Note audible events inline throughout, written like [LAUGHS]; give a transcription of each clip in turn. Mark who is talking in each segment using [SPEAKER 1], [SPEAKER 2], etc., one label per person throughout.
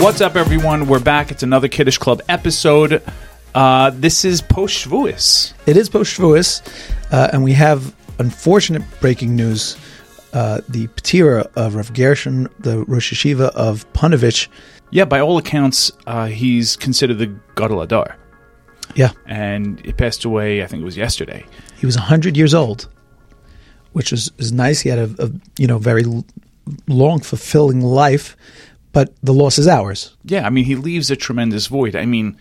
[SPEAKER 1] What's up, everyone? We're back. It's another Kiddish Club episode. Uh, this is post Shavuos.
[SPEAKER 2] It is post Shavuos, uh, and we have unfortunate breaking news. Uh, the patira of Rav Gershon, the Rosh Hashiva of Punovich.
[SPEAKER 1] Yeah, by all accounts, uh, he's considered the Gadol Adar,
[SPEAKER 2] Yeah,
[SPEAKER 1] and he passed away. I think it was yesterday.
[SPEAKER 2] he was 100 years old, which is, is nice. He had a, a you know very l- long, fulfilling life, but the loss is ours.
[SPEAKER 1] Yeah, I mean, he leaves a tremendous void. I mean,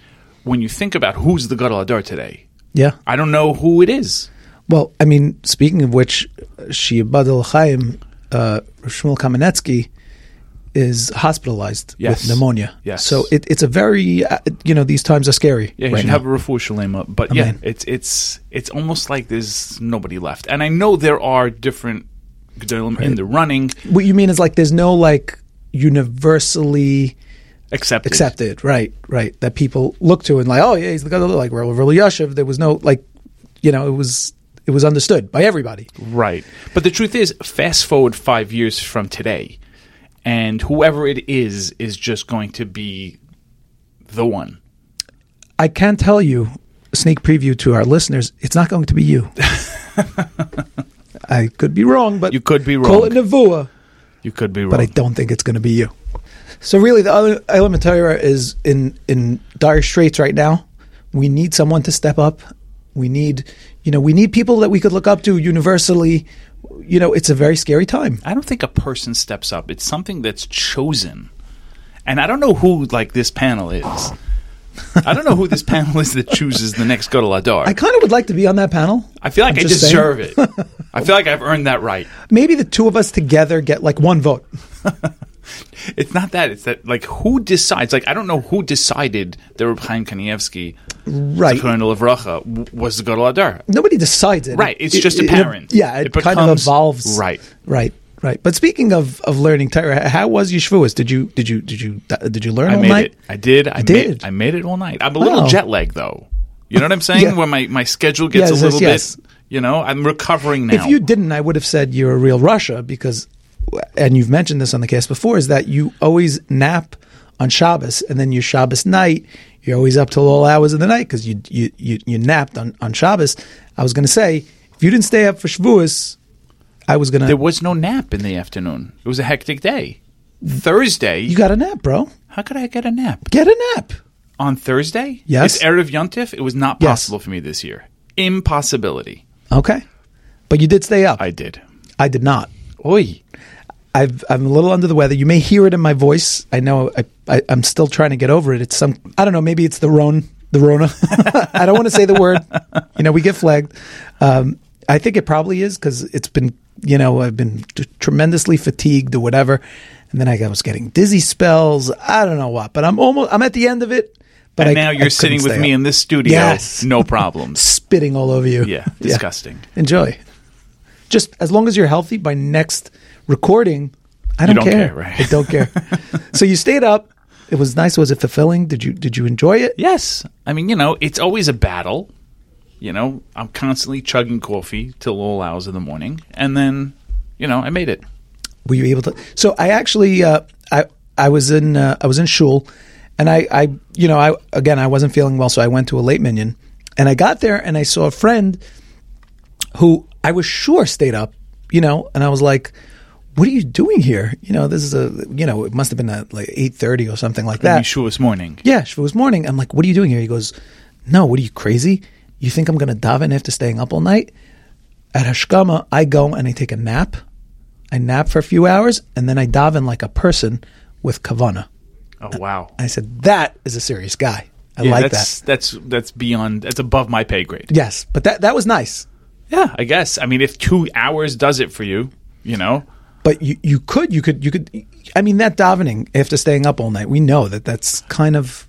[SPEAKER 1] when you think about who's the Gadol Adar today,
[SPEAKER 2] Yeah.
[SPEAKER 1] I don't know who it is.
[SPEAKER 2] Well, I mean, speaking of which, Shiabad el Chaim, uh, Shmuel Kamenetsky, is hospitalized
[SPEAKER 1] Yes.
[SPEAKER 2] with pneumonia.
[SPEAKER 1] Yes.
[SPEAKER 2] So it, it's a very, uh, you know, these times are scary.
[SPEAKER 1] Yeah, he
[SPEAKER 2] right
[SPEAKER 1] should
[SPEAKER 2] now.
[SPEAKER 1] have a refuah shalem up. But yeah,
[SPEAKER 2] Amen.
[SPEAKER 1] it's it's it's almost like there's nobody left. And I know there are different Gedolim in the running,
[SPEAKER 2] what you mean is like there's no like universally
[SPEAKER 1] except
[SPEAKER 2] accepted, right? Right. That people look to and like, oh yeah, he's the guy. that look Like Rav Yashiv, there was no like, you know, it was it was understood by everybody.
[SPEAKER 1] Right. But the truth is, fast forward five years from today, and whoever it is is just going to be the one.
[SPEAKER 2] I can tell you, a sneak preview to our listeners, it's not going to be
[SPEAKER 1] [LAUGHS]
[SPEAKER 2] you. I could be wrong, but
[SPEAKER 1] You could be
[SPEAKER 2] Call
[SPEAKER 1] wrong.
[SPEAKER 2] it Navua,
[SPEAKER 1] You could be wrong.
[SPEAKER 2] but I don't think it's going to be you. So really, the ele- element Torah is in in dire straits right now. We need someone to step up. We need, you know, we need people that we could look up to universally. You know, it's a very scary time.
[SPEAKER 1] I don't think a person steps up. It's something that's chosen. And I don't know who like this panel is. I don't know who this panel is that chooses the next Gadol Adar.
[SPEAKER 2] I kind of would like to be on that panel.
[SPEAKER 1] I feel like
[SPEAKER 2] I'm
[SPEAKER 1] I
[SPEAKER 2] just saying.
[SPEAKER 1] deserve it. I feel like I've earned that right.
[SPEAKER 2] Maybe the two of us together get like one vote.
[SPEAKER 1] It's not that. It's that like who decides? Like I don't know who decided that Reb Chaim Kanievsky,
[SPEAKER 2] Right.
[SPEAKER 1] Colonel Avracha, w- was the Gadol Adar.
[SPEAKER 2] Nobody decides it.
[SPEAKER 1] Right, it's
[SPEAKER 2] It-
[SPEAKER 1] just
[SPEAKER 2] it-
[SPEAKER 1] apparent.
[SPEAKER 2] It, yeah, it,
[SPEAKER 1] It
[SPEAKER 2] kind of
[SPEAKER 1] becomes-
[SPEAKER 2] evolves.
[SPEAKER 1] right.
[SPEAKER 2] Right. Right. But speaking of, of learning Torah, how was your Shavuos? Did you did you did you did you learn
[SPEAKER 1] I
[SPEAKER 2] all
[SPEAKER 1] made
[SPEAKER 2] night?
[SPEAKER 1] it. I did. I
[SPEAKER 2] did.
[SPEAKER 1] Made, I made it all night. I'm a little
[SPEAKER 2] Wow.
[SPEAKER 1] jet lag though. You
[SPEAKER 2] [LAUGHS]
[SPEAKER 1] know what I'm saying?
[SPEAKER 2] Yeah.
[SPEAKER 1] Where my, my schedule gets
[SPEAKER 2] Yes,
[SPEAKER 1] a little
[SPEAKER 2] yes, yes.
[SPEAKER 1] bit. You know, I'm recovering now.
[SPEAKER 2] If you didn't, I would have said you're a real Russia because, and you've mentioned this on the cast before, is that you always nap on Shabbos and then your Shabbos night, you're always up till all hours of the night because you, you you you napped on on Shabbos. I was going to say if you didn't stay up for Shavuos, I was going
[SPEAKER 1] there
[SPEAKER 2] to.
[SPEAKER 1] was no nap in the afternoon. It was a hectic day. Thursday.
[SPEAKER 2] You got a nap, bro.
[SPEAKER 1] how could I get a nap
[SPEAKER 2] Get a nap.
[SPEAKER 1] on Thursday?
[SPEAKER 2] Yes.
[SPEAKER 1] It's erev yontif. It was not
[SPEAKER 2] Yes.
[SPEAKER 1] possible for me this year. Impossibility.
[SPEAKER 2] Okay, but you did stay up.
[SPEAKER 1] I did.
[SPEAKER 2] I did not.
[SPEAKER 1] Oi.
[SPEAKER 2] I've, I'm a little under the weather. You may hear it in my voice. I know I, I, I'm still trying to get over it. It's some, I don't know, maybe it's the Ron, the Rona. [LAUGHS] I don't want to say the word. You know, we get flagged. Um, I think it probably is because it's been, you know, I've been t- tremendously fatigued or whatever. And then I was getting dizzy spells. I don't know what, but I'm almost, I'm at the end of it. But
[SPEAKER 1] And
[SPEAKER 2] I-
[SPEAKER 1] now
[SPEAKER 2] I
[SPEAKER 1] you're
[SPEAKER 2] couldn't
[SPEAKER 1] sitting with
[SPEAKER 2] stay
[SPEAKER 1] me
[SPEAKER 2] up.
[SPEAKER 1] in this studio.
[SPEAKER 2] Yes.
[SPEAKER 1] No
[SPEAKER 2] [LAUGHS]
[SPEAKER 1] problems.
[SPEAKER 2] spitting all over you. [LAUGHS]
[SPEAKER 1] yeah. Disgusting.
[SPEAKER 2] Enjoy. Just as long as you're healthy by next recording,
[SPEAKER 1] You
[SPEAKER 2] I don't,
[SPEAKER 1] don't
[SPEAKER 2] care.
[SPEAKER 1] care, right?
[SPEAKER 2] I
[SPEAKER 1] [LAUGHS]
[SPEAKER 2] don't care. so you stayed up. It was nice. Was it fulfilling? Did you did you enjoy it?
[SPEAKER 1] Yes. I mean, you know, it's always a battle. You know, I'm constantly chugging coffee till all hours of the morning. And then, you know, I made it.
[SPEAKER 2] Were you able to? So I actually uh, I I was in uh, I was in shul, and I I you know I again I wasn't feeling well, so I went to a late minion, and I got there and I saw a friend who I was sure stayed up, you know, and I was like, "What are you doing here? You know, this is a you know it must have been at like eight thirty or something like
[SPEAKER 1] Yeah.
[SPEAKER 2] that."
[SPEAKER 1] Yeshua's morning.
[SPEAKER 2] Yeah, Shavuos morning. I'm like, what are you doing here? He goes, no, what are you crazy? You think I'm going to daven after staying up all night? At Hashkama, I go and I take a nap. I nap for a few hours and then I daven like a person with kavana.
[SPEAKER 1] Oh, wow.
[SPEAKER 2] I said, that is a serious guy. I
[SPEAKER 1] Yeah,
[SPEAKER 2] like that.
[SPEAKER 1] that's, That's, that's beyond, that's above my pay grade.
[SPEAKER 2] Yes, but that that was nice.
[SPEAKER 1] Yeah, I guess. I mean, if two hours does it for you, you know,
[SPEAKER 2] But you, you could you could you could I mean that davening after staying up all night. We know that that's kind of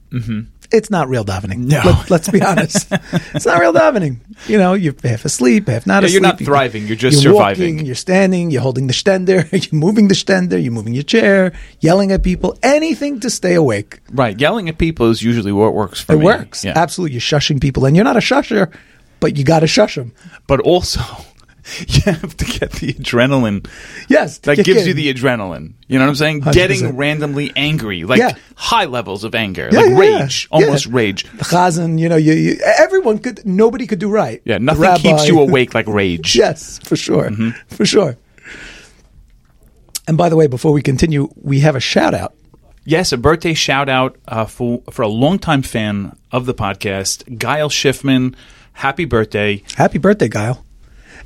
[SPEAKER 2] it's not real davening.
[SPEAKER 1] Mm-hmm. No.
[SPEAKER 2] Let, let's be
[SPEAKER 1] [LAUGHS]
[SPEAKER 2] honest, it's not real davening. You know, you're half asleep, half not
[SPEAKER 1] Yeah, you're
[SPEAKER 2] asleep.
[SPEAKER 1] not
[SPEAKER 2] You-
[SPEAKER 1] thriving, you're just surviving.
[SPEAKER 2] Walking, you're standing. You're holding the stender. [LAUGHS] You're moving the stender. You're moving your chair. Yelling at people. Anything to stay awake.
[SPEAKER 1] right. Yelling at people is usually what works for
[SPEAKER 2] It
[SPEAKER 1] me.
[SPEAKER 2] works
[SPEAKER 1] Yeah.
[SPEAKER 2] absolutely. You're shushing people, and you're not a shusher, but you got to shush them.
[SPEAKER 1] but also [LAUGHS] you have to get the adrenaline
[SPEAKER 2] Yes, to
[SPEAKER 1] that
[SPEAKER 2] kick
[SPEAKER 1] gives
[SPEAKER 2] in.
[SPEAKER 1] you the adrenaline. You know what I'm saying?
[SPEAKER 2] 100%.
[SPEAKER 1] Getting randomly angry, like
[SPEAKER 2] Yeah.
[SPEAKER 1] high levels of anger,
[SPEAKER 2] Yeah,
[SPEAKER 1] like
[SPEAKER 2] yeah, yeah.
[SPEAKER 1] rage, almost
[SPEAKER 2] Yeah.
[SPEAKER 1] rage.
[SPEAKER 2] the chazan. You know, you, you everyone could nobody could do right.
[SPEAKER 1] Yeah,
[SPEAKER 2] The
[SPEAKER 1] nothing
[SPEAKER 2] rabbi.
[SPEAKER 1] keeps
[SPEAKER 2] [LAUGHS]
[SPEAKER 1] you awake like rage.
[SPEAKER 2] yes, for sure, for sure. And by the way, before we continue, we have a shout out.
[SPEAKER 1] Yes, a birthday shout out uh, for for a longtime fan of the podcast, Gail Schiffman. Happy birthday!
[SPEAKER 2] Happy birthday, Guile.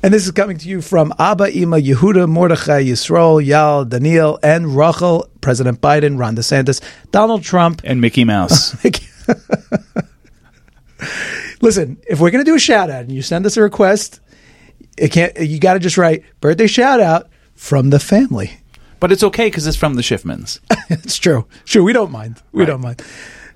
[SPEAKER 2] And this is coming to you from Abba, Ima, Yehuda, Mordechai, Yisrael, Yal, Daniel, and Rachel, President Biden, Ron DeSantis, Donald Trump. [LAUGHS]
[SPEAKER 1] And Mickey Mouse.
[SPEAKER 2] Listen, if we're going to do a shout out and you send us a request, it can't, you got to just write birthday shout out from the family.
[SPEAKER 1] but it's okay because it's from the Schiffmans.
[SPEAKER 2] [LAUGHS] It's true. Sure, we don't mind. We
[SPEAKER 1] Right.
[SPEAKER 2] don't mind.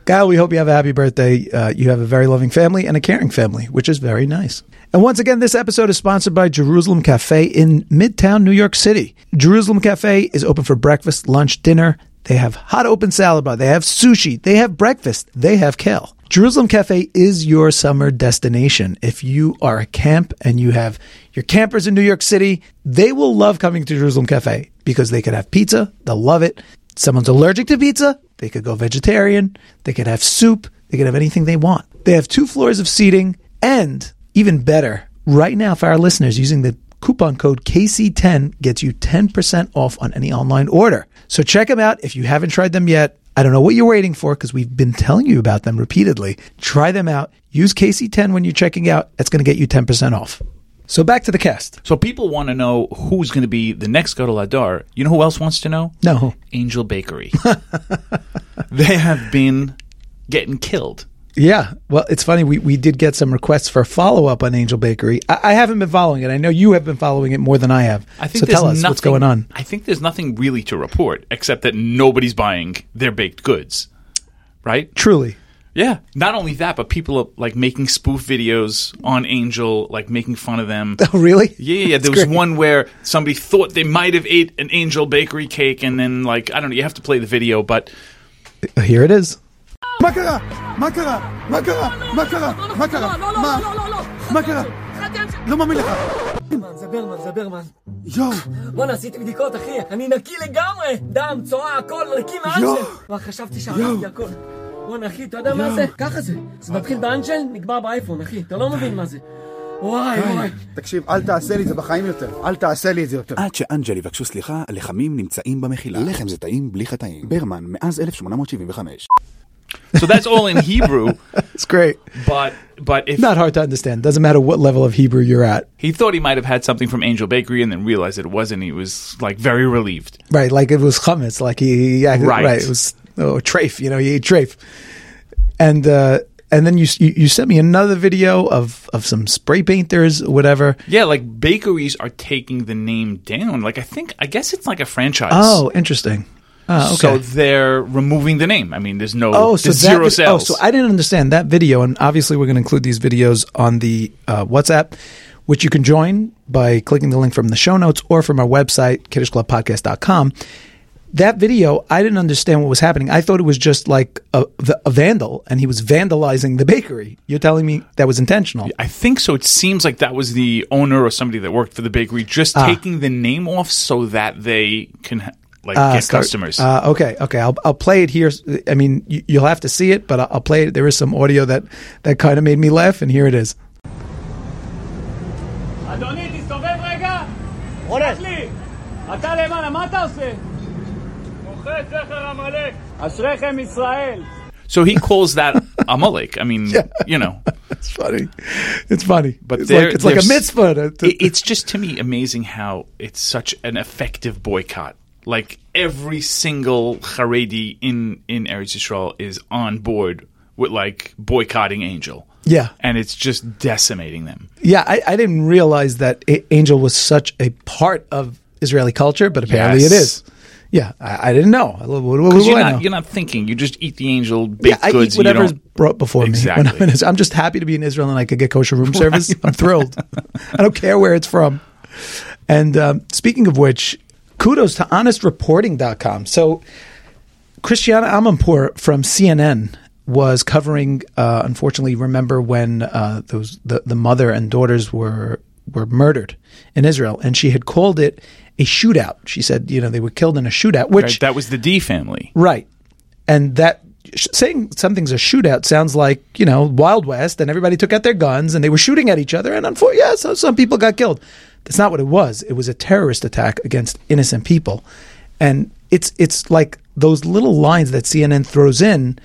[SPEAKER 2] Kyle, we hope you have a happy birthday. Uh, you have a very loving family and a caring family, which is very nice. And once again, this episode is sponsored by Jerusalem Cafe in Midtown, New York City. Jerusalem Cafe is open for breakfast, lunch, dinner. They have hot open salad bar. They have sushi. They have breakfast. They have kale. Jerusalem Cafe is your summer destination. If you are a camp and you have your campers in New York City, they will love coming to Jerusalem Cafe because they could have pizza. They'll love it someone's allergic to pizza, they could go vegetarian, they could have soup, they could have anything they want. They have two floors of seating, and even better, right now for our listeners using the coupon code KC10 gets you 10% off on any online order. So check them out if you haven't tried them yet. I don't know what you're waiting for because we've been telling you about them repeatedly. Try them out. Use KC10 when you're checking out. It's going to get you 10% off. So back to the cast.
[SPEAKER 1] so people want to know who's going to be the next go to Ladar. You know who else wants to know?
[SPEAKER 2] No.
[SPEAKER 1] Angel Bakery. [LAUGHS] they have been getting killed.
[SPEAKER 2] Yeah. Well, it's funny. We, we did get some requests for follow up on Angel Bakery. I, I haven't been following it. I know you have been following it more than I have.
[SPEAKER 1] I think
[SPEAKER 2] so
[SPEAKER 1] there's
[SPEAKER 2] tell us
[SPEAKER 1] nothing,
[SPEAKER 2] what's going on.
[SPEAKER 1] I think there's nothing really to report except that nobody's buying their baked goods, right?
[SPEAKER 2] Truly. [LAUGHS]
[SPEAKER 1] Yeah. Not only that, but people are like making spoof videos on Angel, like making fun of
[SPEAKER 2] [LAUGHS]
[SPEAKER 1] them.
[SPEAKER 2] Oh, really?
[SPEAKER 1] Yeah, yeah, yeah. There
[SPEAKER 2] That's
[SPEAKER 1] was
[SPEAKER 2] great.
[SPEAKER 1] one where somebody thought they might have ate an Angel Bakery cake, and then like I don't know. You have to play the video, but
[SPEAKER 2] Here it is.
[SPEAKER 3] מה קרה? מה קרה? מה קרה? מה קרה? מה קרה?
[SPEAKER 4] לא, לא,
[SPEAKER 3] מה?
[SPEAKER 4] לא, לא, לא, לא.
[SPEAKER 3] מה קרה?
[SPEAKER 4] חתם ש...
[SPEAKER 3] לא מאמין לך.
[SPEAKER 4] ברמן, זה ברמן, זה ברמן.
[SPEAKER 3] יואו,
[SPEAKER 4] בואנה, עשיתי בדיקות, אחי. אני נקי לגמרי. דם, צואה, הכל, נקי
[SPEAKER 3] יואו.
[SPEAKER 4] מאנג'ל. כבר חשבתי שהרגתי הכל. בואנה, אחי, אתה יודע מה זה? ככה זה. זה מתחיל באנג'ל, נגמר באייפון, אחי. אתה לא מבין מה זה. וואי, וואי.
[SPEAKER 3] תקשיב, אל תעשה לי את זה בחיים יותר. אל תעשה לי את זה יותר.
[SPEAKER 5] עד שאנג'ל יבקשו סליחה, לחמים נמצאים במחילה. לחם זה טעים בלי חטאים. ברמן, מאז 1875.
[SPEAKER 1] so that's all in
[SPEAKER 2] [LAUGHS]
[SPEAKER 1] Hebrew.
[SPEAKER 2] It's great.
[SPEAKER 1] But but if
[SPEAKER 2] Not hard to understand. Doesn't matter what level of Hebrew you're at.
[SPEAKER 1] he thought he might have had something from Angel Bakery, and then realized it wasn't, he was like very relieved.
[SPEAKER 2] Right. Like it was hummus. Like he, he acted,
[SPEAKER 1] Right.
[SPEAKER 2] right. It was, oh, trafe. You know, he ate trafe. And, uh, and then you, s- you you sent me another video of, of some spray painters, whatever.
[SPEAKER 1] Yeah, like bakeries are taking the name down. Like I think I guess it's like a franchise.
[SPEAKER 2] Oh, interesting. Oh, okay.
[SPEAKER 1] So they're removing the name. I mean, there's no
[SPEAKER 2] Oh, so
[SPEAKER 1] there's
[SPEAKER 2] that
[SPEAKER 1] zero
[SPEAKER 2] vid-
[SPEAKER 1] sales.
[SPEAKER 2] Oh, so I didn't understand that video, and obviously we're going to include these videos on the uh, WhatsApp, which you can join by clicking the link from the show notes or from our website kiddishclubpodcast.com. That video, I didn't understand what was happening. I thought it was just like a, the- a vandal, and he was vandalizing the bakery. You're telling me that was intentional?
[SPEAKER 1] I think so. It seems like that was the owner or somebody that worked for the bakery just
[SPEAKER 2] Ah.
[SPEAKER 1] taking the name off so that they can ha- like
[SPEAKER 2] Uh,
[SPEAKER 1] get
[SPEAKER 2] start-
[SPEAKER 1] customers.
[SPEAKER 2] Uh, okay, okay. I'll, I'll play it here. I mean, you, you'll have to see it, but I'll, I'll play it. There is some audio that, that kind of made me laugh, and here it is.
[SPEAKER 6] אדוני, תסתובב רגע! רונן! לי! אתה למעלה, מה אתה עושה? מוחץ זכר עמלק! אשריכם ישראל!
[SPEAKER 1] so he calls that [LAUGHS] Amalek. I mean, you know,
[SPEAKER 2] It's funny. It's funny.
[SPEAKER 1] but
[SPEAKER 2] it's
[SPEAKER 1] they're-
[SPEAKER 2] like, it's like a
[SPEAKER 1] they're-
[SPEAKER 2] mitzvah. To, to-
[SPEAKER 1] it- it's just to me amazing how it's such an effective boycott. Like every single Haredi in in Eretz Yisrael is on board with like boycotting Angel.
[SPEAKER 2] Yeah.
[SPEAKER 1] and it's just decimating them.
[SPEAKER 2] yeah, I, I didn't realize that A- Angel was such a part of Israeli culture, but apparently
[SPEAKER 1] Yes.
[SPEAKER 2] it is. Yeah, I, I didn't know. What, what, what do
[SPEAKER 1] Because you're
[SPEAKER 2] I know?
[SPEAKER 1] not, you're not thinking. You just eat the angel baked
[SPEAKER 2] yeah, I
[SPEAKER 1] goods.
[SPEAKER 2] eat
[SPEAKER 1] and you
[SPEAKER 2] whatever's
[SPEAKER 1] don't-
[SPEAKER 2] brought before me. [LAUGHS] When
[SPEAKER 1] Exactly.
[SPEAKER 2] I'm, in Israel. I'm just happy to be in Israel and I could get kosher
[SPEAKER 1] [LAUGHS]
[SPEAKER 2] room service. I'm thrilled. I don't care where it's from. And um, speaking of which, kudos to honestreporting.com. So Christiana Amanpour from CNN was covering. Uh, unfortunately, remember when uh, those the, the mother and daughters were were murdered in Israel, and she had called it a shootout. She said, you know, they were killed in a shootout, which
[SPEAKER 1] Right, that was the D family.
[SPEAKER 2] Right. And that sh- saying something's a shootout sounds like, you know, Wild West and everybody took out their guns and they were shooting at each other. And unfortunately, yeah, so some people got killed. That's not what it was. It was a terrorist attack against innocent people. And it's, it's like those little lines that CNN throws in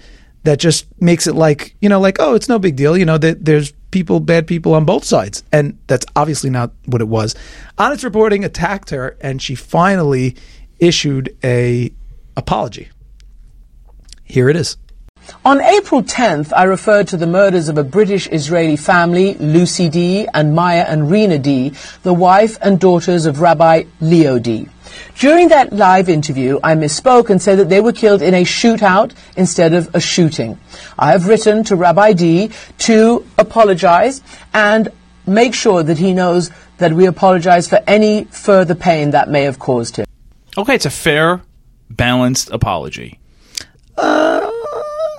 [SPEAKER 2] that just makes it like, you know, like, oh, it's no big deal. You know, that there's people, bad people on both sides. And that's obviously not what it was. Honest reporting attacked her and she finally issued a apology. Here it is.
[SPEAKER 7] On April 10th, I referred to the murders of a British Israeli family, Lucy D. and Maya and Rena D., the wife and daughters of Rabbi Leo D. During that live interview, I misspoke and said that they were killed in a shootout instead of a shooting. I have written to Rabbi D to apologize and make sure that he knows that we apologize for any further pain that may have caused him.
[SPEAKER 1] Okay, it's a fair, balanced apology.
[SPEAKER 2] Uh,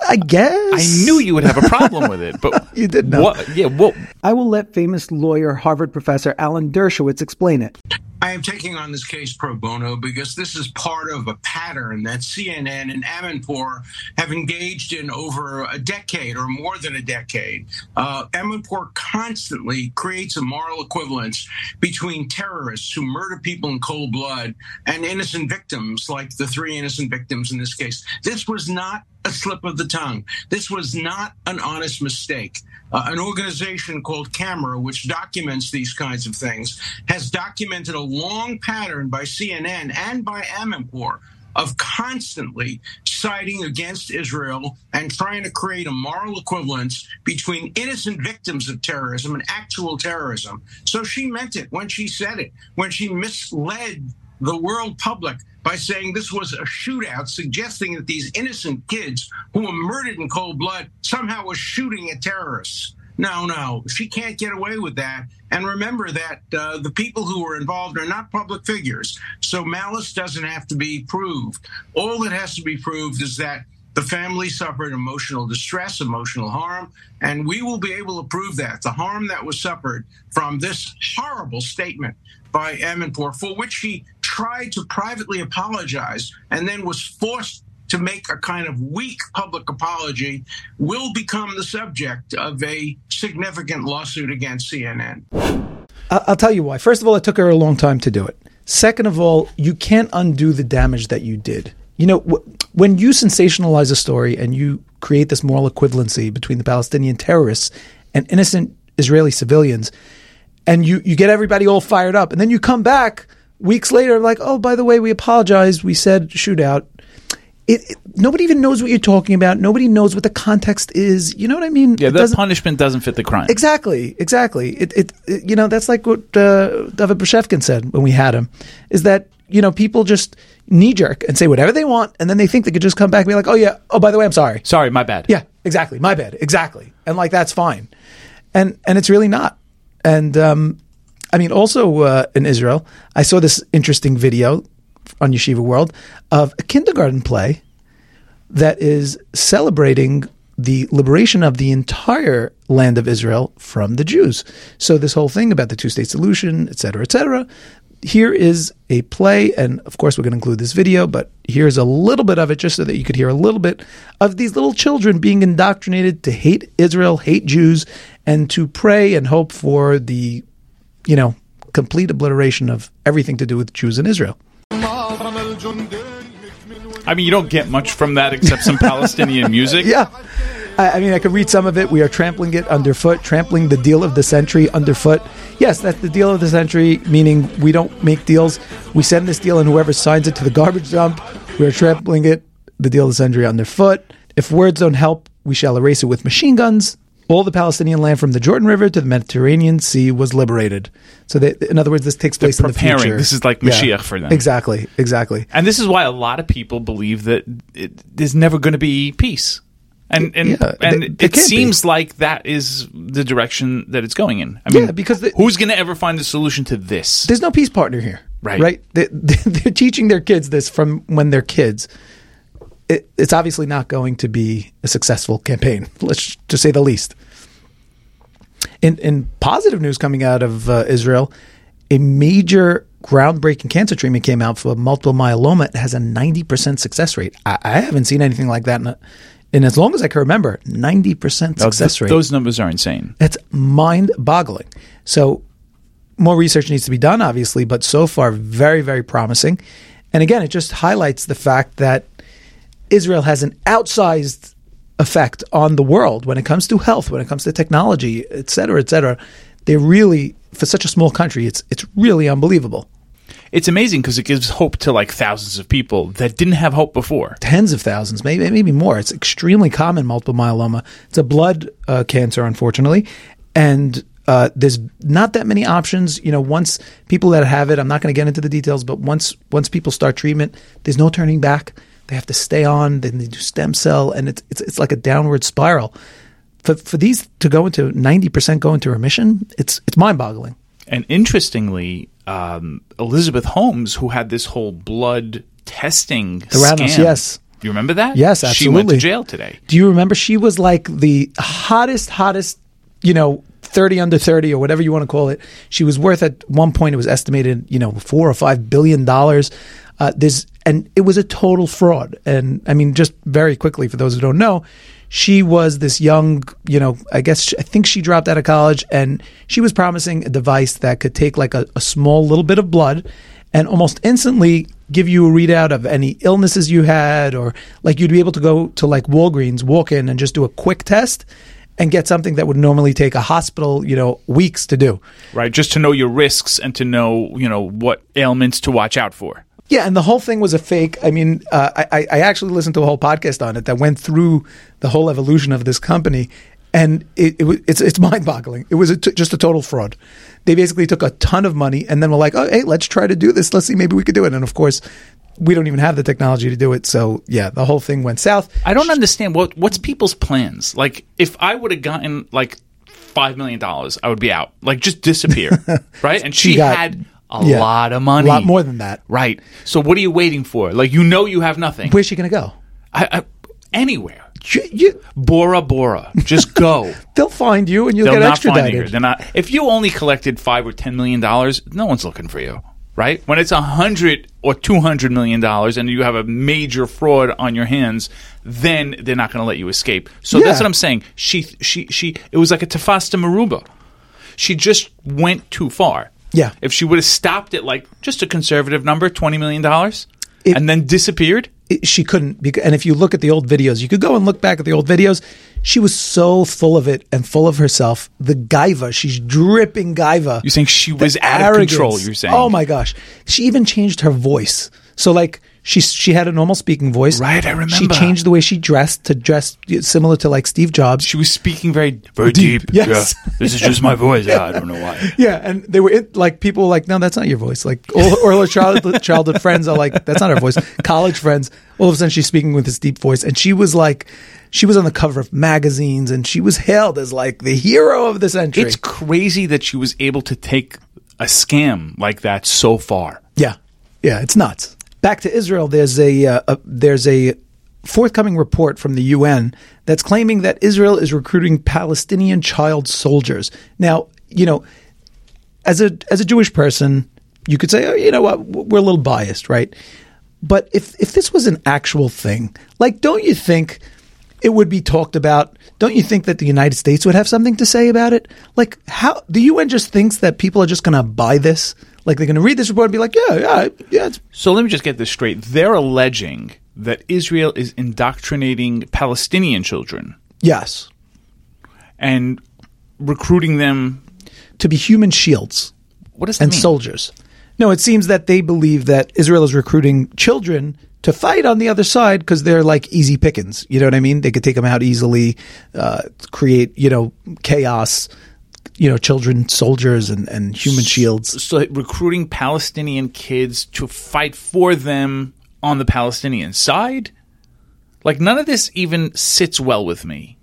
[SPEAKER 2] I guess. [LAUGHS]
[SPEAKER 1] I knew you would have a problem with it, but
[SPEAKER 2] You did know.
[SPEAKER 1] What, yeah, what?
[SPEAKER 8] I will let famous lawyer Harvard professor Alan Dershowitz explain it.
[SPEAKER 9] I am taking on this case pro bono because this is part of a pattern that CNN and Amanpour have engaged in over a decade or more than a decade. Uh, Amanpour constantly creates a moral equivalence between terrorists who murder people in cold blood and innocent victims, like the three innocent victims in this case. This was not a slip of the tongue. This was not an honest mistake. Uh, an organization called Camera, which documents these kinds of things, has documented a long pattern by CNN and by Amanpour of constantly siding against Israel and trying to create a moral equivalence between innocent victims of terrorism and actual terrorism. So she meant it when she said it, when she misled the world public by saying this was a shootout, suggesting that these innocent kids who were murdered in cold blood somehow were shooting at terrorists. No, no, she can't get away with that. And remember that uh, the people who were involved are not public figures, so malice doesn't have to be proved. All that has to be proved is that the family suffered emotional distress, emotional harm, and we will be able to prove that the harm that was suffered from this horrible statement by Amanpour, for which she tried to privately apologize and then was forced to make a kind of weak public apology, will become the subject of a significant lawsuit against CNN.
[SPEAKER 2] I- I'll tell you why. First of all, it took her a long time to do it. Second of all, you can't undo the damage that you did. You know, wh- when you sensationalize a story and you create this moral equivalency between the Palestinian terrorists and innocent Israeli civilians, and you, you get everybody all fired up, and then you come back weeks later, like, oh, by the way, we apologized. We said shootout. It, it- nobody even knows what you're talking about. Nobody knows what the context is. You know what I mean?
[SPEAKER 1] Yeah,
[SPEAKER 2] It
[SPEAKER 1] that
[SPEAKER 2] doesn't-
[SPEAKER 1] punishment doesn't fit the crime.
[SPEAKER 2] Exactly, exactly. It, it, it- you know, that's like what uh, David Breshevkin said when we had him, is that you know people just knee jerk and say whatever they want, and then they think they could just come back and be like, oh yeah, oh by the way, I'm sorry.
[SPEAKER 1] Sorry, my bad.
[SPEAKER 2] Yeah, exactly. My bad. Exactly. And like that's fine. And and it's really not. And um, I mean, also uh, in Israel, I saw this interesting video on Yeshiva World of a kindergarten play that is celebrating the liberation of the entire land of Israel from the Jews. So this whole thing about the two-state solution, et cetera, et cetera. Here is a play, and of course we're going to include this video, but here's a little bit of it just so that you could hear a little bit of these little children being indoctrinated to hate Israel, hate Jews, and to pray and hope for the, you know, complete obliteration of everything to do with Jews in Israel.
[SPEAKER 1] I mean, you don't get much from that except some
[SPEAKER 2] [LAUGHS]
[SPEAKER 1] Palestinian music.
[SPEAKER 2] Yeah. I, I mean, I could read some of it. We are trampling it underfoot, trampling the deal of the century underfoot. Yes, that's the deal of the century, meaning we don't make deals. We send this deal, and whoever signs it to the garbage dump, we are trampling it, the deal of the century underfoot. If words don't help, we shall erase it with machine guns. All the Palestinian land from the Jordan River to the Mediterranean Sea was liberated. So, they, in other words, this takes place in the
[SPEAKER 1] preparing.
[SPEAKER 2] future.
[SPEAKER 1] This is like
[SPEAKER 2] Yeah.
[SPEAKER 1] Mashiach for them.
[SPEAKER 2] Exactly, exactly.
[SPEAKER 1] And this is why a lot of people believe that it, there's never going to be peace. And and,
[SPEAKER 2] Yeah,
[SPEAKER 1] and
[SPEAKER 2] th- there
[SPEAKER 1] it
[SPEAKER 2] can't
[SPEAKER 1] seems like that is the direction that it's going in. I mean,
[SPEAKER 2] Yeah, because the-
[SPEAKER 1] who's going to ever find a solution to this?
[SPEAKER 2] there's no peace partner here.
[SPEAKER 1] Right.
[SPEAKER 2] Right. They, [LAUGHS] they're teaching their kids this from when they're kids. It, it's obviously [LAUGHS] not going to be a successful campaign, let's just say the least. In, in positive news coming out of uh, Israel, a major groundbreaking cancer treatment came out for multiple myeloma. It has a 90% success rate. I, I haven't seen anything like that in, a, in as long as I can remember. 90%
[SPEAKER 1] Those-
[SPEAKER 2] success rate.
[SPEAKER 1] Those numbers are insane.
[SPEAKER 2] That's mind boggling. So, more research needs to be done, obviously, but so far, very, very promising. And again, it just highlights the fact that Israel has an outsized effect on the world when it comes to health, when it comes to technology, et cetera, et cetera. They really, for such a small country, it's it's really unbelievable.
[SPEAKER 1] It's amazing because it gives hope to like thousands of people that didn't have hope before.
[SPEAKER 2] tens of thousands, maybe maybe more. It's extremely common multiple myeloma. It's a blood uh, cancer, unfortunately, and uh, there's not that many options. You know, once people that have it, I'm not going to get into the details, but once once people start treatment, there's no turning back. They have to stay on. Then they do stem cell, and it's it's, it's like a downward spiral. For, for these to go into 90% go into remission, it's it's mind boggling.
[SPEAKER 1] And interestingly, um, Elizabeth Holmes, who had this whole blood testing
[SPEAKER 2] Theranos,
[SPEAKER 1] scam,
[SPEAKER 2] yes.
[SPEAKER 1] you remember that?
[SPEAKER 2] Yes,
[SPEAKER 1] She went to
[SPEAKER 2] absolutely.
[SPEAKER 1] jail today.
[SPEAKER 2] Do you remember? She was like the hottest, hottest, you know, 30 under 30 or whatever you want to call it. She was worth at one point, it was estimated, you know, four or five billion dollars. Uh, there's, and it was a total fraud. And I mean, just very quickly for those who don't know, she was this young, you know, I guess, she, I think she dropped out of college and she was promising a device that could take like a, a small little bit of blood and almost instantly give you a readout of any illnesses you had or like you'd be able to go to like Walgreens, walk in and just do a quick test and get something that would normally take a hospital, you know, weeks to do.
[SPEAKER 1] right? Just to know your risks and to know, you know, what ailments to watch out for.
[SPEAKER 2] Yeah, and the whole thing was a fake. I mean, uh, I- I, I actually listened to a whole podcast on it that went through the whole evolution of this company, and it, it wa- it's [LAUGHS] it's mind boggling. It was a t- just a total fraud. They basically took a ton of money and then were like, "Oh, hey, let's try to do this. Let's see, maybe we could do it." And of course, we don't even have the technology to do it. So yeah, the whole thing went south.
[SPEAKER 1] I don't understand what what's people's plans. Like, if I would have gotten like five million dollars, I would be out. Like, just [LAUGHS] disappear, right? And she,
[SPEAKER 2] She got-
[SPEAKER 1] had a
[SPEAKER 2] yeah,
[SPEAKER 1] lot of money,
[SPEAKER 2] a lot more than that.
[SPEAKER 1] right? So, what are you waiting for? Like, you know, you have nothing.
[SPEAKER 2] Where's she gonna go?
[SPEAKER 1] I, I, anywhere,
[SPEAKER 2] You, you,
[SPEAKER 1] Bora Bora, just [LAUGHS] go.
[SPEAKER 2] they'll find you, and you'll
[SPEAKER 1] They're
[SPEAKER 2] get
[SPEAKER 1] not finding her.
[SPEAKER 2] extradited.
[SPEAKER 1] They're not. If you only collected five or ten million dollars, no one's looking for you, right? When it's a hundred or two hundred million dollars, and you have a major fraud on your hands, then they're not going to let you escape. So that's
[SPEAKER 2] Yeah.
[SPEAKER 1] what I'm saying. She, she, she. It was like a Tafasta Maruba. She just went too far.
[SPEAKER 2] Yeah.
[SPEAKER 1] If she would have stopped at like just a conservative number, twenty million dollars,
[SPEAKER 2] It-
[SPEAKER 1] and then disappeared.
[SPEAKER 2] it- she couldn't because, and if you look at the old videos you could go and look back at the old videos she was so full of it and full of herself the gaiva she's dripping gaiva
[SPEAKER 1] You're saying she was out of
[SPEAKER 2] arrogance.
[SPEAKER 1] control. You're saying,
[SPEAKER 2] oh my gosh she even changed her voice so like she she had a normal speaking voice
[SPEAKER 1] Right, I
[SPEAKER 2] she
[SPEAKER 1] remember.
[SPEAKER 2] changed the way she dressed to dress similar to like steve jobs
[SPEAKER 1] She was speaking very, very deep.
[SPEAKER 2] Yes.
[SPEAKER 1] Yeah. This is just my voice. Yeah, I don't know why.
[SPEAKER 2] yeah, and they were it, like people were like, no, that's not your voice. Like all, all her childhood, childhood friends are like, that's not her voice. College friends, all of a sudden she's speaking with this deep voice, and she was like, she was on the cover of magazines, and she was hailed as like the hero of the century.
[SPEAKER 1] It's crazy that she was able to take a scam like that so far.
[SPEAKER 2] Yeah, yeah, it's nuts. Back to Israel, there's a, uh, a there's a forthcoming report from the UN that's claiming that Israel is recruiting Palestinian child soldiers. Now, you know, as a as a Jewish person, you could say, oh, you know what, we're a little biased, right? But if if this was an actual thing, like, don't you think? It would be talked about. Don't you think that the United States would have something to say about it? Like, how the UN just thinks that people are just going to buy this? Like, they're going to read this report and be like, yeah, yeah, yeah, it's
[SPEAKER 1] So let me just get this straight. They're alleging that Israel is indoctrinating Palestinian children
[SPEAKER 2] Yes.
[SPEAKER 1] and recruiting them.
[SPEAKER 2] To be human shields
[SPEAKER 1] What does that
[SPEAKER 2] and
[SPEAKER 1] mean?
[SPEAKER 2] soldiers. No, it seems that they believe that Israel is recruiting children to fight on the other side because they're like easy pickings. You know what I mean? They could take them out easily, uh, create, you know, chaos, you know, children, soldiers, and, and human shields.
[SPEAKER 1] so recruiting Palestinian kids to fight for them on the Palestinian side. Like none of this even sits well with me.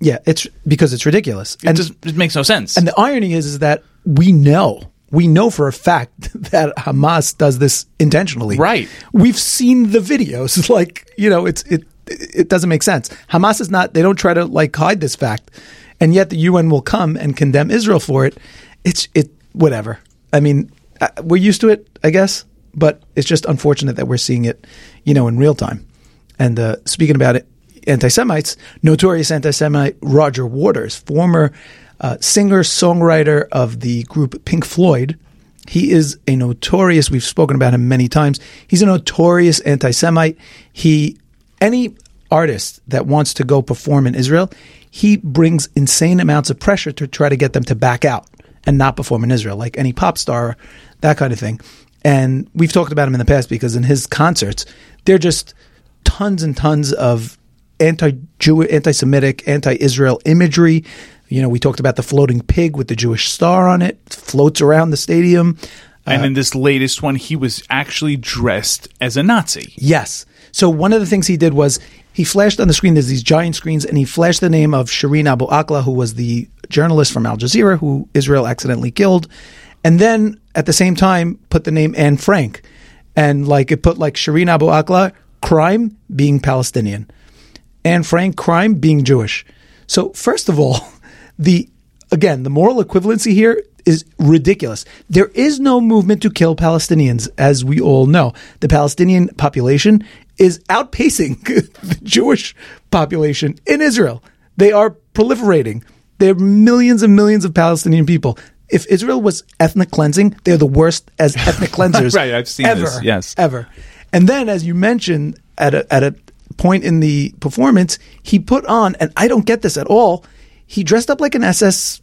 [SPEAKER 2] Yeah, it's because it's ridiculous.
[SPEAKER 1] It, just, it makes no sense.
[SPEAKER 2] And the irony is, is that we know, we know for a fact [LAUGHS] that Hamas does this intentionally.
[SPEAKER 1] Right.
[SPEAKER 2] We've seen the videos. [LAUGHS] Like you know, it's it. it doesn't make sense. Hamas is not, they don't try to like hide this fact. And yet the UN will come and condemn Israel for it. It's, it, whatever. I mean, uh, we're used to it, I guess, but it's just unfortunate that we're seeing it, you know, in real time. And uh, speaking about it, anti Semites, notorious anti Semite Roger Waters, former uh, singer songwriter of the group Pink Floyd, he is a notorious, we've spoken about him many times. He's a notorious anti Semite. He, any artist that wants to go perform in Israel, he brings insane amounts of pressure to try to get them to back out and not perform in Israel, like any pop star, that kind of thing. And we've talked about him in the past because in his concerts, they're just tons and tons of anti-Jew, anti-Semitic, anti-Israel imagery. You know, we talked about the floating pig with the Jewish star on it, floats around the stadium.
[SPEAKER 1] and in this latest one, he was actually dressed as a Nazi.
[SPEAKER 2] Yes. So one of the things he did was he flashed on the screen. There's these giant screens, and he flashed the name of Shireen Abu Akla, who was the journalist from Al Jazeera, who Israel accidentally killed, and then at the same time put the name Anne Frank, and like it put like Shireen Abu Akla crime being Palestinian, Anne Frank crime being Jewish. So first of all, [LAUGHS] the again the moral equivalency here is ridiculous. There is no movement to kill Palestinians, as we all know. The Palestinian population is outpacing [LAUGHS] the Jewish population in Israel. They are proliferating. There are millions and millions of Palestinian people. If Israel was ethnic cleansing, they're the worst as
[SPEAKER 1] [LAUGHS]
[SPEAKER 2] ethnic cleansers.
[SPEAKER 1] Right, I've seen
[SPEAKER 2] ever,
[SPEAKER 1] this, yes.
[SPEAKER 2] ever. And then, as you mentioned, at a, at a point in the performance, he put on, and I don't get this at all. He dressed up like an SS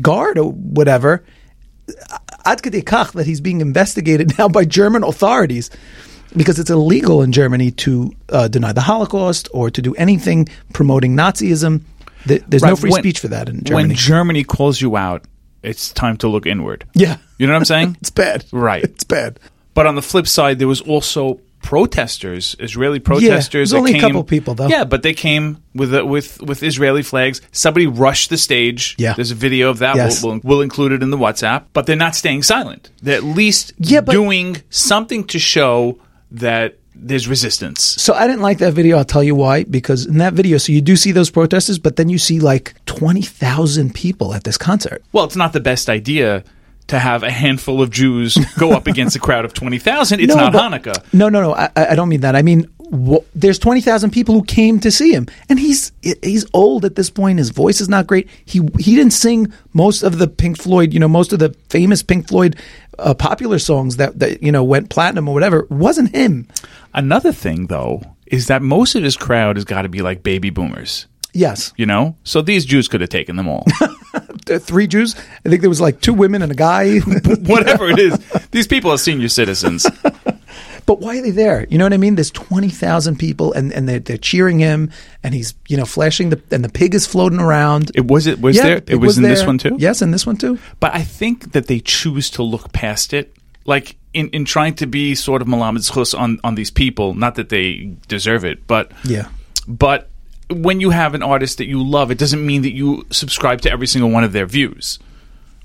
[SPEAKER 2] guard or whatever. Ad kadei kach that he's being investigated [LAUGHS] now by German authorities because it's illegal in Germany to uh, deny the Holocaust or to do anything promoting Nazism. Th- There's no
[SPEAKER 1] Right,
[SPEAKER 2] free
[SPEAKER 1] when-
[SPEAKER 2] speech for that in Germany.
[SPEAKER 1] When Germany calls you out, it's time to look inward.
[SPEAKER 2] yeah,
[SPEAKER 1] You know what I'm saying?
[SPEAKER 2] [LAUGHS] [LAUGHS] it's bad.
[SPEAKER 1] Right.
[SPEAKER 2] it's bad.
[SPEAKER 1] But on the flip side, there was also protesters, Israeli protesters.
[SPEAKER 2] Yeah, it was
[SPEAKER 1] that
[SPEAKER 2] only a
[SPEAKER 1] came-
[SPEAKER 2] couple people, though.
[SPEAKER 1] Yeah, but they came with uh, with with Israeli flags. Somebody rushed the stage.
[SPEAKER 2] Yeah.
[SPEAKER 1] there's a video of that.
[SPEAKER 2] Yes.
[SPEAKER 1] We'll, we'll, we'll include it in the WhatsApp. But they're not staying silent. They're at least
[SPEAKER 2] Yeah, but-
[SPEAKER 1] doing something to show that there's resistance.
[SPEAKER 2] So I didn't like that video. I'll tell you why. Because in that video, so you do see those protesters, but then you see like twenty thousand people at this concert.
[SPEAKER 1] Well, it's not the best idea. To have a handful of Jews go up against a crowd of twenty thousand, it's not
[SPEAKER 2] but-
[SPEAKER 1] Hanukkah.
[SPEAKER 2] [LAUGHS] No, no, no. I, I I don't mean that. I mean, wh- there's 20,000 people who came to see him, and he's he- he's old at this point. His voice is not great. He he didn't sing most of the Pink Floyd, you know, most of the famous Pink Floyd uh, popular songs that that you know went platinum or whatever. It wasn't him.
[SPEAKER 1] Another thing, though, is that most of this crowd has got to be like baby boomers.
[SPEAKER 2] Yes,
[SPEAKER 1] you know so these jews could have taken them all [LAUGHS]
[SPEAKER 2] There are three Jews. I think there was like two women and a guy.
[SPEAKER 1] whatever it is these people are senior citizens
[SPEAKER 2] But why are they there? You know what I mean? There's 20,000 people and, and they're, they're cheering him and he's, you know, flashing the, and the pig is floating around.
[SPEAKER 1] it was it was
[SPEAKER 2] Yeah,
[SPEAKER 1] there it, was, in this
[SPEAKER 2] there.
[SPEAKER 1] one too
[SPEAKER 2] Yes, in this one too.
[SPEAKER 1] but i think that they choose to look past it like in, in trying to be sort of Muhammad Zhus on, on these people, not that they deserve it, but
[SPEAKER 2] Yeah.
[SPEAKER 1] but when you have an artist that you love, it doesn't mean that you subscribe to every single one of their views,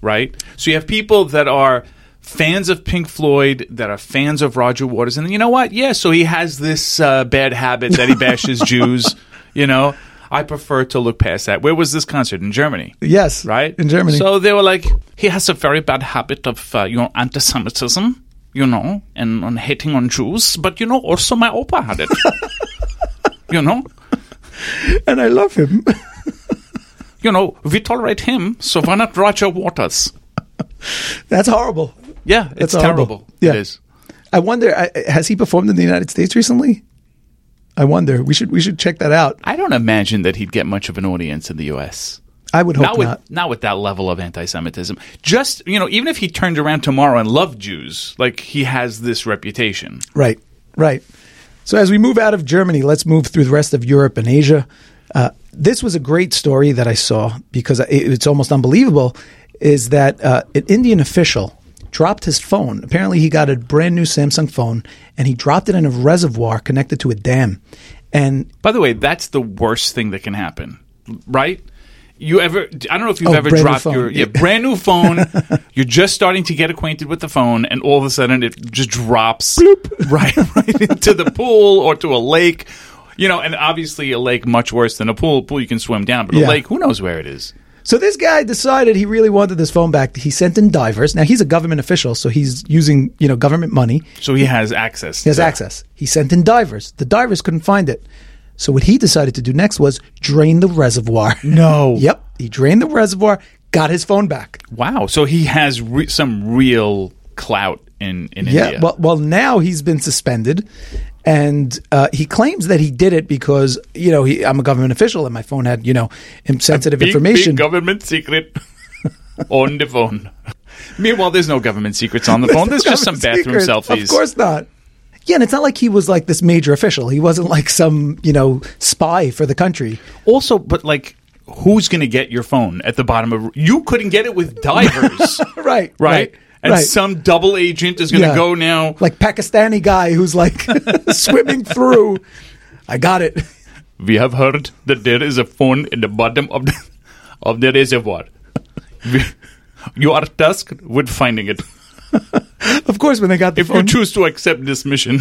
[SPEAKER 1] right? So you have people that are fans of Pink Floyd, that are fans of Roger Waters, and you know what? Yeah, so he has this uh, bad habit that he bashes Jews. You know, I prefer to look past that. Where was this concert in Germany?
[SPEAKER 2] Yes.
[SPEAKER 1] Right
[SPEAKER 2] In Germany.
[SPEAKER 1] So they were like, he has a very bad habit of uh, you know anti-Semitism, you know, and on hating on Jews. But you know, also my opa
[SPEAKER 2] [LAUGHS]
[SPEAKER 1] had it. you know,
[SPEAKER 2] and I love him. [LAUGHS]
[SPEAKER 1] you know, we tolerate him, so why not Roger Waters?
[SPEAKER 2] That's horrible.
[SPEAKER 1] Yeah,
[SPEAKER 2] That's
[SPEAKER 1] it's
[SPEAKER 2] horrible.
[SPEAKER 1] terrible.
[SPEAKER 2] Yeah.
[SPEAKER 1] It is.
[SPEAKER 2] I wonder I, I- has he performed in the United States recently? I wonder. We should we should check that out.
[SPEAKER 1] I don't imagine that he'd get much of an audience in the U.S.
[SPEAKER 2] I would hope
[SPEAKER 1] Not
[SPEAKER 2] not.
[SPEAKER 1] with not. with that level of anti-Semitism. Just you know, even if he turned around tomorrow and loved Jews, like he has this reputation.
[SPEAKER 2] Right. Right. So as we move out of Germany, let's move through the rest of Europe and Asia. Uh, this was a great story that I saw because it, it's almost unbelievable. Is that uh, an Indian official dropped his phone? Apparently, he got a brand new Samsung phone and he dropped it in a reservoir connected to a dam. And
[SPEAKER 1] By the way, that's the worst thing that can happen, right? You ever? I don't know if you've
[SPEAKER 2] Oh,
[SPEAKER 1] ever
[SPEAKER 2] brand new
[SPEAKER 1] dropped your
[SPEAKER 2] phone.
[SPEAKER 1] yeah, brand
[SPEAKER 2] [LAUGHS]
[SPEAKER 1] new phone. you're just starting to get acquainted with the phone, and [LAUGHS] all of a sudden it just drops right right into the pool or to a lake. You know, and obviously a lake much worse than a pool. A pool you can swim down, but
[SPEAKER 2] Yeah.
[SPEAKER 1] a lake, who knows where it is?
[SPEAKER 2] So this guy decided he really wanted this phone back. He sent in divers. Now he's a government official, so he's using you know government money.
[SPEAKER 1] So he has access.
[SPEAKER 2] He has
[SPEAKER 1] to-
[SPEAKER 2] access. He sent in divers. The divers couldn't find it. So what he decided to do next was drain the reservoir.
[SPEAKER 1] No.
[SPEAKER 2] [LAUGHS] yep. He drained the reservoir, got his phone back.
[SPEAKER 1] Wow. So he has re- some real clout in in
[SPEAKER 2] Yeah.
[SPEAKER 1] India.
[SPEAKER 2] Well, well, now he's been suspended, and uh, he claims that he did it because you know he, I'm a government official and my phone had you know sensitive
[SPEAKER 1] Big,
[SPEAKER 2] information.
[SPEAKER 1] big government secret on the phone. Meanwhile, there's no government secrets on the
[SPEAKER 2] [LAUGHS]
[SPEAKER 1] phone. There's just some
[SPEAKER 2] government
[SPEAKER 1] bathroom
[SPEAKER 2] secret.
[SPEAKER 1] selfies.
[SPEAKER 2] Of course not. Yeah, and it's not like he was like this major official. He wasn't like some you know spy for the country.
[SPEAKER 1] Also, but like, who's going to get your phone at the bottom of? You couldn't get it with
[SPEAKER 2] [LAUGHS]
[SPEAKER 1] divers, right?
[SPEAKER 2] Right.
[SPEAKER 1] And
[SPEAKER 2] right.
[SPEAKER 1] some double agent is going to
[SPEAKER 2] Yeah.
[SPEAKER 1] go now.
[SPEAKER 2] Like Pakistani guy who's like [LAUGHS] swimming through. I got it.
[SPEAKER 1] We have heard that there is a phone in the bottom of the of the reservoir. We- you are tasked with finding it.
[SPEAKER 2] Of course, when they got the
[SPEAKER 1] If you
[SPEAKER 2] phone.
[SPEAKER 1] choose to accept this mission,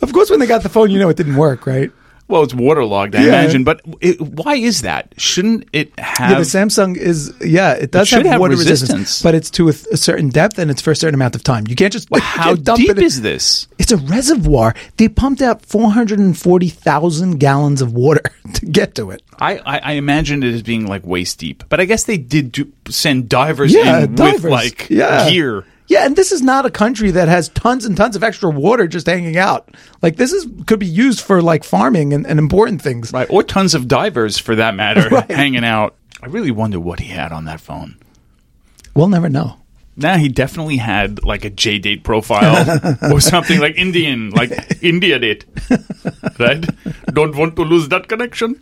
[SPEAKER 2] of course, when they got the phone, you know it didn't work, right?
[SPEAKER 1] well, it's waterlogged, I
[SPEAKER 2] Yeah.
[SPEAKER 1] imagine. But it, why is that? Shouldn't it have?
[SPEAKER 2] yeah, the Samsung is yeah, it does
[SPEAKER 1] Um, should
[SPEAKER 2] have,
[SPEAKER 1] have
[SPEAKER 2] water resistance.
[SPEAKER 1] resistance.
[SPEAKER 2] but it's to a, th- a certain depth and it's for a certain amount of time. You can't just you
[SPEAKER 1] how
[SPEAKER 2] can't dump
[SPEAKER 1] deep
[SPEAKER 2] it in-
[SPEAKER 1] is this?
[SPEAKER 2] It's a reservoir. They pumped out 440,000 gallons of water [LAUGHS] to get to it.
[SPEAKER 1] I, I, I imagined it as being like waist deep, but I guess they did do, send divers
[SPEAKER 2] Yeah,
[SPEAKER 1] in
[SPEAKER 2] divers.
[SPEAKER 1] with like
[SPEAKER 2] yeah.
[SPEAKER 1] gear.
[SPEAKER 2] Yeah, and this is not a country that has tons and tons of extra water just hanging out. Like this is could be used for like farming and, and important things.
[SPEAKER 1] Right, or tons of divers for that
[SPEAKER 2] [LAUGHS]
[SPEAKER 1] matter hanging out. I really wonder what he had on that phone.
[SPEAKER 2] We'll never know.
[SPEAKER 1] Nah, he definitely had like a J date
[SPEAKER 2] [LAUGHS]
[SPEAKER 1] profile or something like Indian, like India date.
[SPEAKER 2] [LAUGHS]
[SPEAKER 1] Right? Don't want to lose that connection.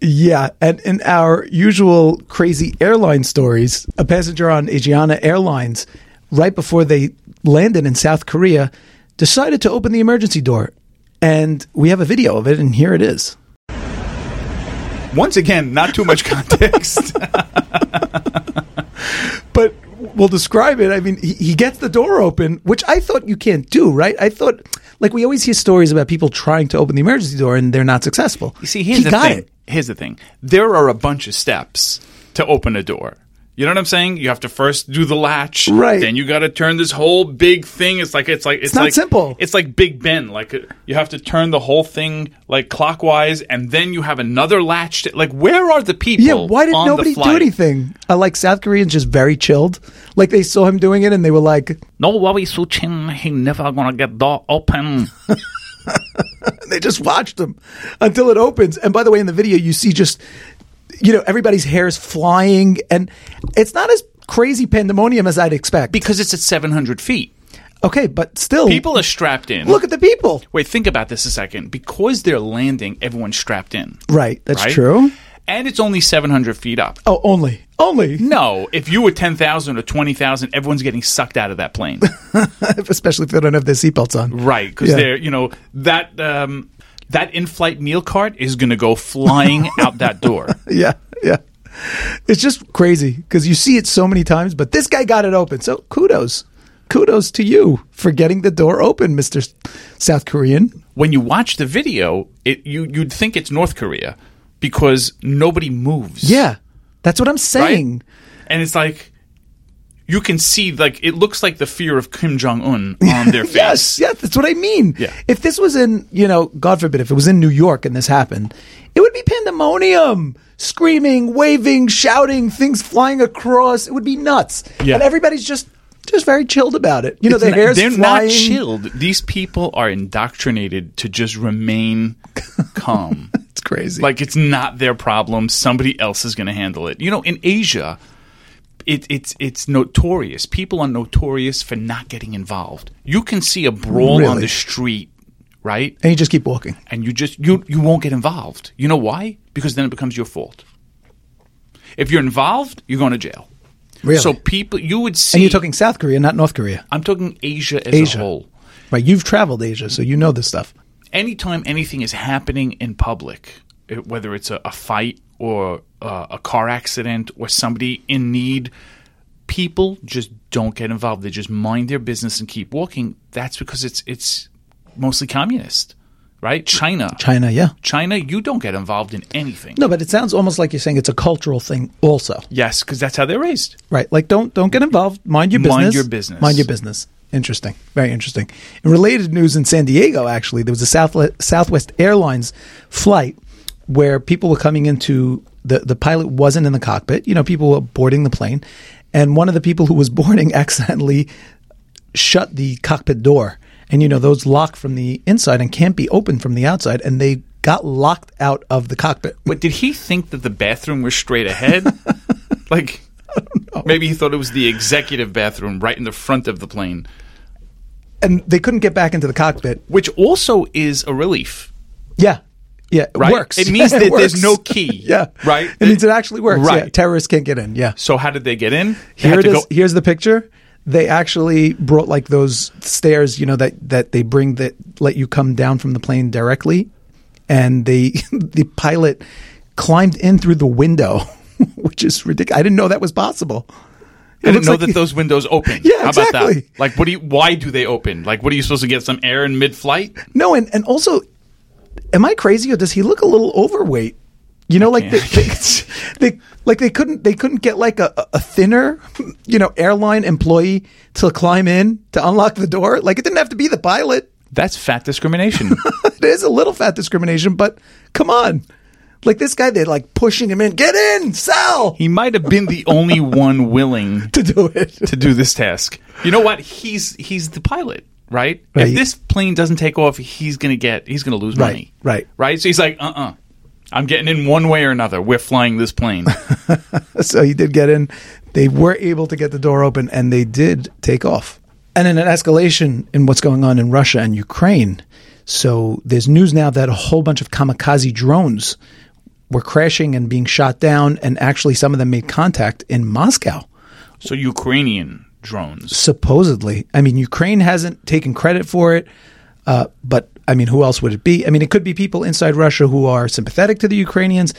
[SPEAKER 2] Yeah, and in our usual crazy airline stories, a passenger on Asiana Airlines, right before they landed in South Korea, decided to open the emergency door. And we have a video of it, and here it is.
[SPEAKER 1] Once again, not too much context.
[SPEAKER 2] but we'll describe it. I mean, he, he gets the door open, which I thought you can't do, right? I thought, like, we always hear stories about people trying to open the emergency door and they're not successful.
[SPEAKER 1] You see, here's
[SPEAKER 2] he
[SPEAKER 1] the
[SPEAKER 2] got
[SPEAKER 1] thing.
[SPEAKER 2] it.
[SPEAKER 1] Here's the thing. There are a bunch of steps to open a door. You know what I'm saying? You have to first do the latch,
[SPEAKER 2] Right.
[SPEAKER 1] Then you got to turn this whole big thing. It's like it's like it's,
[SPEAKER 2] not
[SPEAKER 1] like,
[SPEAKER 2] simple.
[SPEAKER 1] It's like Big Ben. Like uh, you have to turn the whole thing like clockwise, and then you have another latch. To, like where are the people?
[SPEAKER 2] Yeah, why did
[SPEAKER 1] on the
[SPEAKER 2] nobody do
[SPEAKER 1] flight?
[SPEAKER 2] anything? I like South Koreans just very chilled. Like they saw him doing it and they were like, [LAUGHS]
[SPEAKER 1] No worry, Suchin. He never gonna get door open. [LAUGHS]
[SPEAKER 2] they just watched him until it opens. And by the way, in the video, you see just, you know, everybody's hair is flying and it's not as crazy pandemonium as I'd expect.
[SPEAKER 1] because it's at 700 feet.
[SPEAKER 2] okay, but still,
[SPEAKER 1] People are strapped in.
[SPEAKER 2] look at the people.
[SPEAKER 1] Wait, think about this a second. Because they're landing, everyone's strapped in.
[SPEAKER 2] Right, that's
[SPEAKER 1] right?
[SPEAKER 2] true.
[SPEAKER 1] And it's only 700 feet up.
[SPEAKER 2] Oh, only, only. [LAUGHS]
[SPEAKER 1] No, if you were 10,000 or 20,000, everyone's getting sucked out of that
[SPEAKER 2] [LAUGHS]
[SPEAKER 1] plane.
[SPEAKER 2] especially if they don't have their seatbelts on.
[SPEAKER 1] right, because
[SPEAKER 2] Yeah.
[SPEAKER 1] they're, you know, that um, that in-flight meal cart is going to go
[SPEAKER 2] [LAUGHS]
[SPEAKER 1] flying out that door.
[SPEAKER 2] Yeah, yeah. It's just crazy because you see it so many times, but this guy got it open. So kudos, kudos to you for getting the door open, Mister South Korean.
[SPEAKER 1] When you watch the video, it, you, you'd think it's North Korea because nobody moves.
[SPEAKER 2] Yeah, that's what I'm
[SPEAKER 1] right?
[SPEAKER 2] saying.
[SPEAKER 1] And it's like you can see like it looks like the fear of Kim Jong Un on their face.
[SPEAKER 2] [LAUGHS] Yes, yes, that's what I mean.
[SPEAKER 1] Yeah.
[SPEAKER 2] If this was in, you know, God forbid, if it was in New York and this happened, it would be pandemonium, screaming, waving, shouting, things flying across. It would be nuts.
[SPEAKER 1] Yeah.
[SPEAKER 2] And everybody's just just very chilled about it. You know,
[SPEAKER 1] It's
[SPEAKER 2] their
[SPEAKER 1] not-
[SPEAKER 2] hair's
[SPEAKER 1] they're
[SPEAKER 2] flying.
[SPEAKER 1] not chilled. These people are indoctrinated to just
[SPEAKER 2] [LAUGHS]
[SPEAKER 1] remain calm.
[SPEAKER 2] It's crazy.
[SPEAKER 1] like it's not their problem. Somebody else is going to handle it. You know, in Asia, it, it's it's notorious. People are notorious for not getting involved. You can see a brawl on
[SPEAKER 2] Really?
[SPEAKER 1] the street, right?
[SPEAKER 2] and you just keep walking.
[SPEAKER 1] and you just you you won't get involved. You know why? Because then it becomes your fault. If you're involved, you're going to jail.
[SPEAKER 2] Really?
[SPEAKER 1] So people, you would see.
[SPEAKER 2] and you're talking South Korea, not North Korea.
[SPEAKER 1] I'm talking Asia as
[SPEAKER 2] Asia.
[SPEAKER 1] a whole.
[SPEAKER 2] Right. You've traveled Asia, so you know this stuff.
[SPEAKER 1] Anytime anything is happening in public, it- whether it's a, a fight or uh, a car accident or somebody in need, people just don't get involved. They just mind their business and keep walking. That's because it's it's mostly communist, right? China.
[SPEAKER 2] China, yeah.
[SPEAKER 1] China, you don't get involved in anything.
[SPEAKER 2] No, but it sounds almost like you're saying it's a cultural thing, also.
[SPEAKER 1] Yes, because that's how they're raised.
[SPEAKER 2] Right. Like don't don't get involved. Mind your business.
[SPEAKER 1] Mind your business.
[SPEAKER 2] Mind your business. Interesting. Very interesting. In related news in San Diego, actually, there was a South, Southwest Airlines flight where people were coming into the the pilot wasn't in the cockpit. You know, people were boarding the plane, and one of the people who was [LAUGHS] boarding accidentally shut the cockpit door. And you know, those lock from the inside and can't be opened from the outside, and they got locked out of the cockpit.
[SPEAKER 1] But did he think that the bathroom was straight [LAUGHS] ahead? like maybe he thought it was the executive bathroom right in the front of the plane,
[SPEAKER 2] And they couldn't get back into the cockpit.
[SPEAKER 1] which also is a relief.
[SPEAKER 2] Yeah. Yeah, it
[SPEAKER 1] Right.
[SPEAKER 2] works. [LAUGHS]
[SPEAKER 1] It means that there's
[SPEAKER 2] works.
[SPEAKER 1] no key.
[SPEAKER 2] [LAUGHS] yeah,
[SPEAKER 1] Right?
[SPEAKER 2] It means it actually works.
[SPEAKER 1] Right.
[SPEAKER 2] Yeah, terrorists can't get in. Yeah,
[SPEAKER 1] So how did they get in? They
[SPEAKER 2] Here
[SPEAKER 1] had
[SPEAKER 2] it
[SPEAKER 1] to
[SPEAKER 2] is.
[SPEAKER 1] go-
[SPEAKER 2] Here's the picture. They actually brought like those stairs, you know, that that they bring that let you come down from the plane directly, and they [LAUGHS] the pilot climbed in through the window, [LAUGHS] which is ridiculous. I didn't know that was possible.
[SPEAKER 1] I didn't
[SPEAKER 2] looks
[SPEAKER 1] know
[SPEAKER 2] like
[SPEAKER 1] that
[SPEAKER 2] he-
[SPEAKER 1] those windows open.
[SPEAKER 2] Yeah,
[SPEAKER 1] How about
[SPEAKER 2] exactly.
[SPEAKER 1] that? Like, what do you? Why do they open? Like, what are you supposed to get some air in mid-flight?
[SPEAKER 2] No, and and also, am I crazy or does he look a little overweight? You know, like they, they, [LAUGHS] they like they couldn't they couldn't get like a, a thinner, [LAUGHS] you know, airline employee to climb in to unlock the door. Like it didn't have to be the pilot.
[SPEAKER 1] That's fat
[SPEAKER 2] [LAUGHS]
[SPEAKER 1] discrimination.
[SPEAKER 2] It is a little fat discrimination, but come on, like this guy, they're like pushing him in. Get in, Sal,
[SPEAKER 1] he might have been the only one willing
[SPEAKER 2] [LAUGHS] to do it.
[SPEAKER 1] to do this task. You know what? He's he's the pilot, right?
[SPEAKER 2] Right.
[SPEAKER 1] If this plane doesn't take off, he's gonna get he's gonna lose
[SPEAKER 2] Right,
[SPEAKER 1] money.
[SPEAKER 2] right.
[SPEAKER 1] Right? So he's like, uh uh-uh. uh. i am getting in one way or another. We're flying this
[SPEAKER 2] [LAUGHS]
[SPEAKER 1] plane.
[SPEAKER 2] So he did get in. They were able to get the door open and they did take off. And in an escalation in what's going on in Russia and Ukraine, so there's news now that a whole bunch of kamikaze drones were crashing and being shot down, and actually some of them made contact in Moscow,
[SPEAKER 1] so Ukrainian drones.
[SPEAKER 2] supposedly. I mean, Ukraine hasn't taken credit for it, uh, but I mean, who else would it be? I mean, it could be people inside Russia who are sympathetic to the Ukrainians,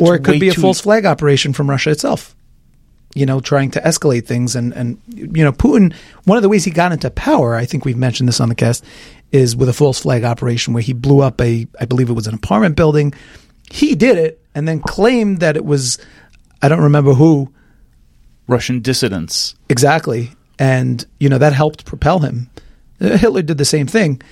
[SPEAKER 2] or it
[SPEAKER 1] way
[SPEAKER 2] could be a
[SPEAKER 1] too-
[SPEAKER 2] false flag operation from Russia itself you know, trying to escalate things. And, and, you know, Putin, one of the ways he got into power, I think we've mentioned this on the cast, is with a false flag operation where he blew up a, I believe it was an apartment building. He did it and then claimed that it was, I don't remember who
[SPEAKER 1] Russian dissidents.
[SPEAKER 2] exactly. And, you know, that helped propel him. Uh, Hitler did the same thing.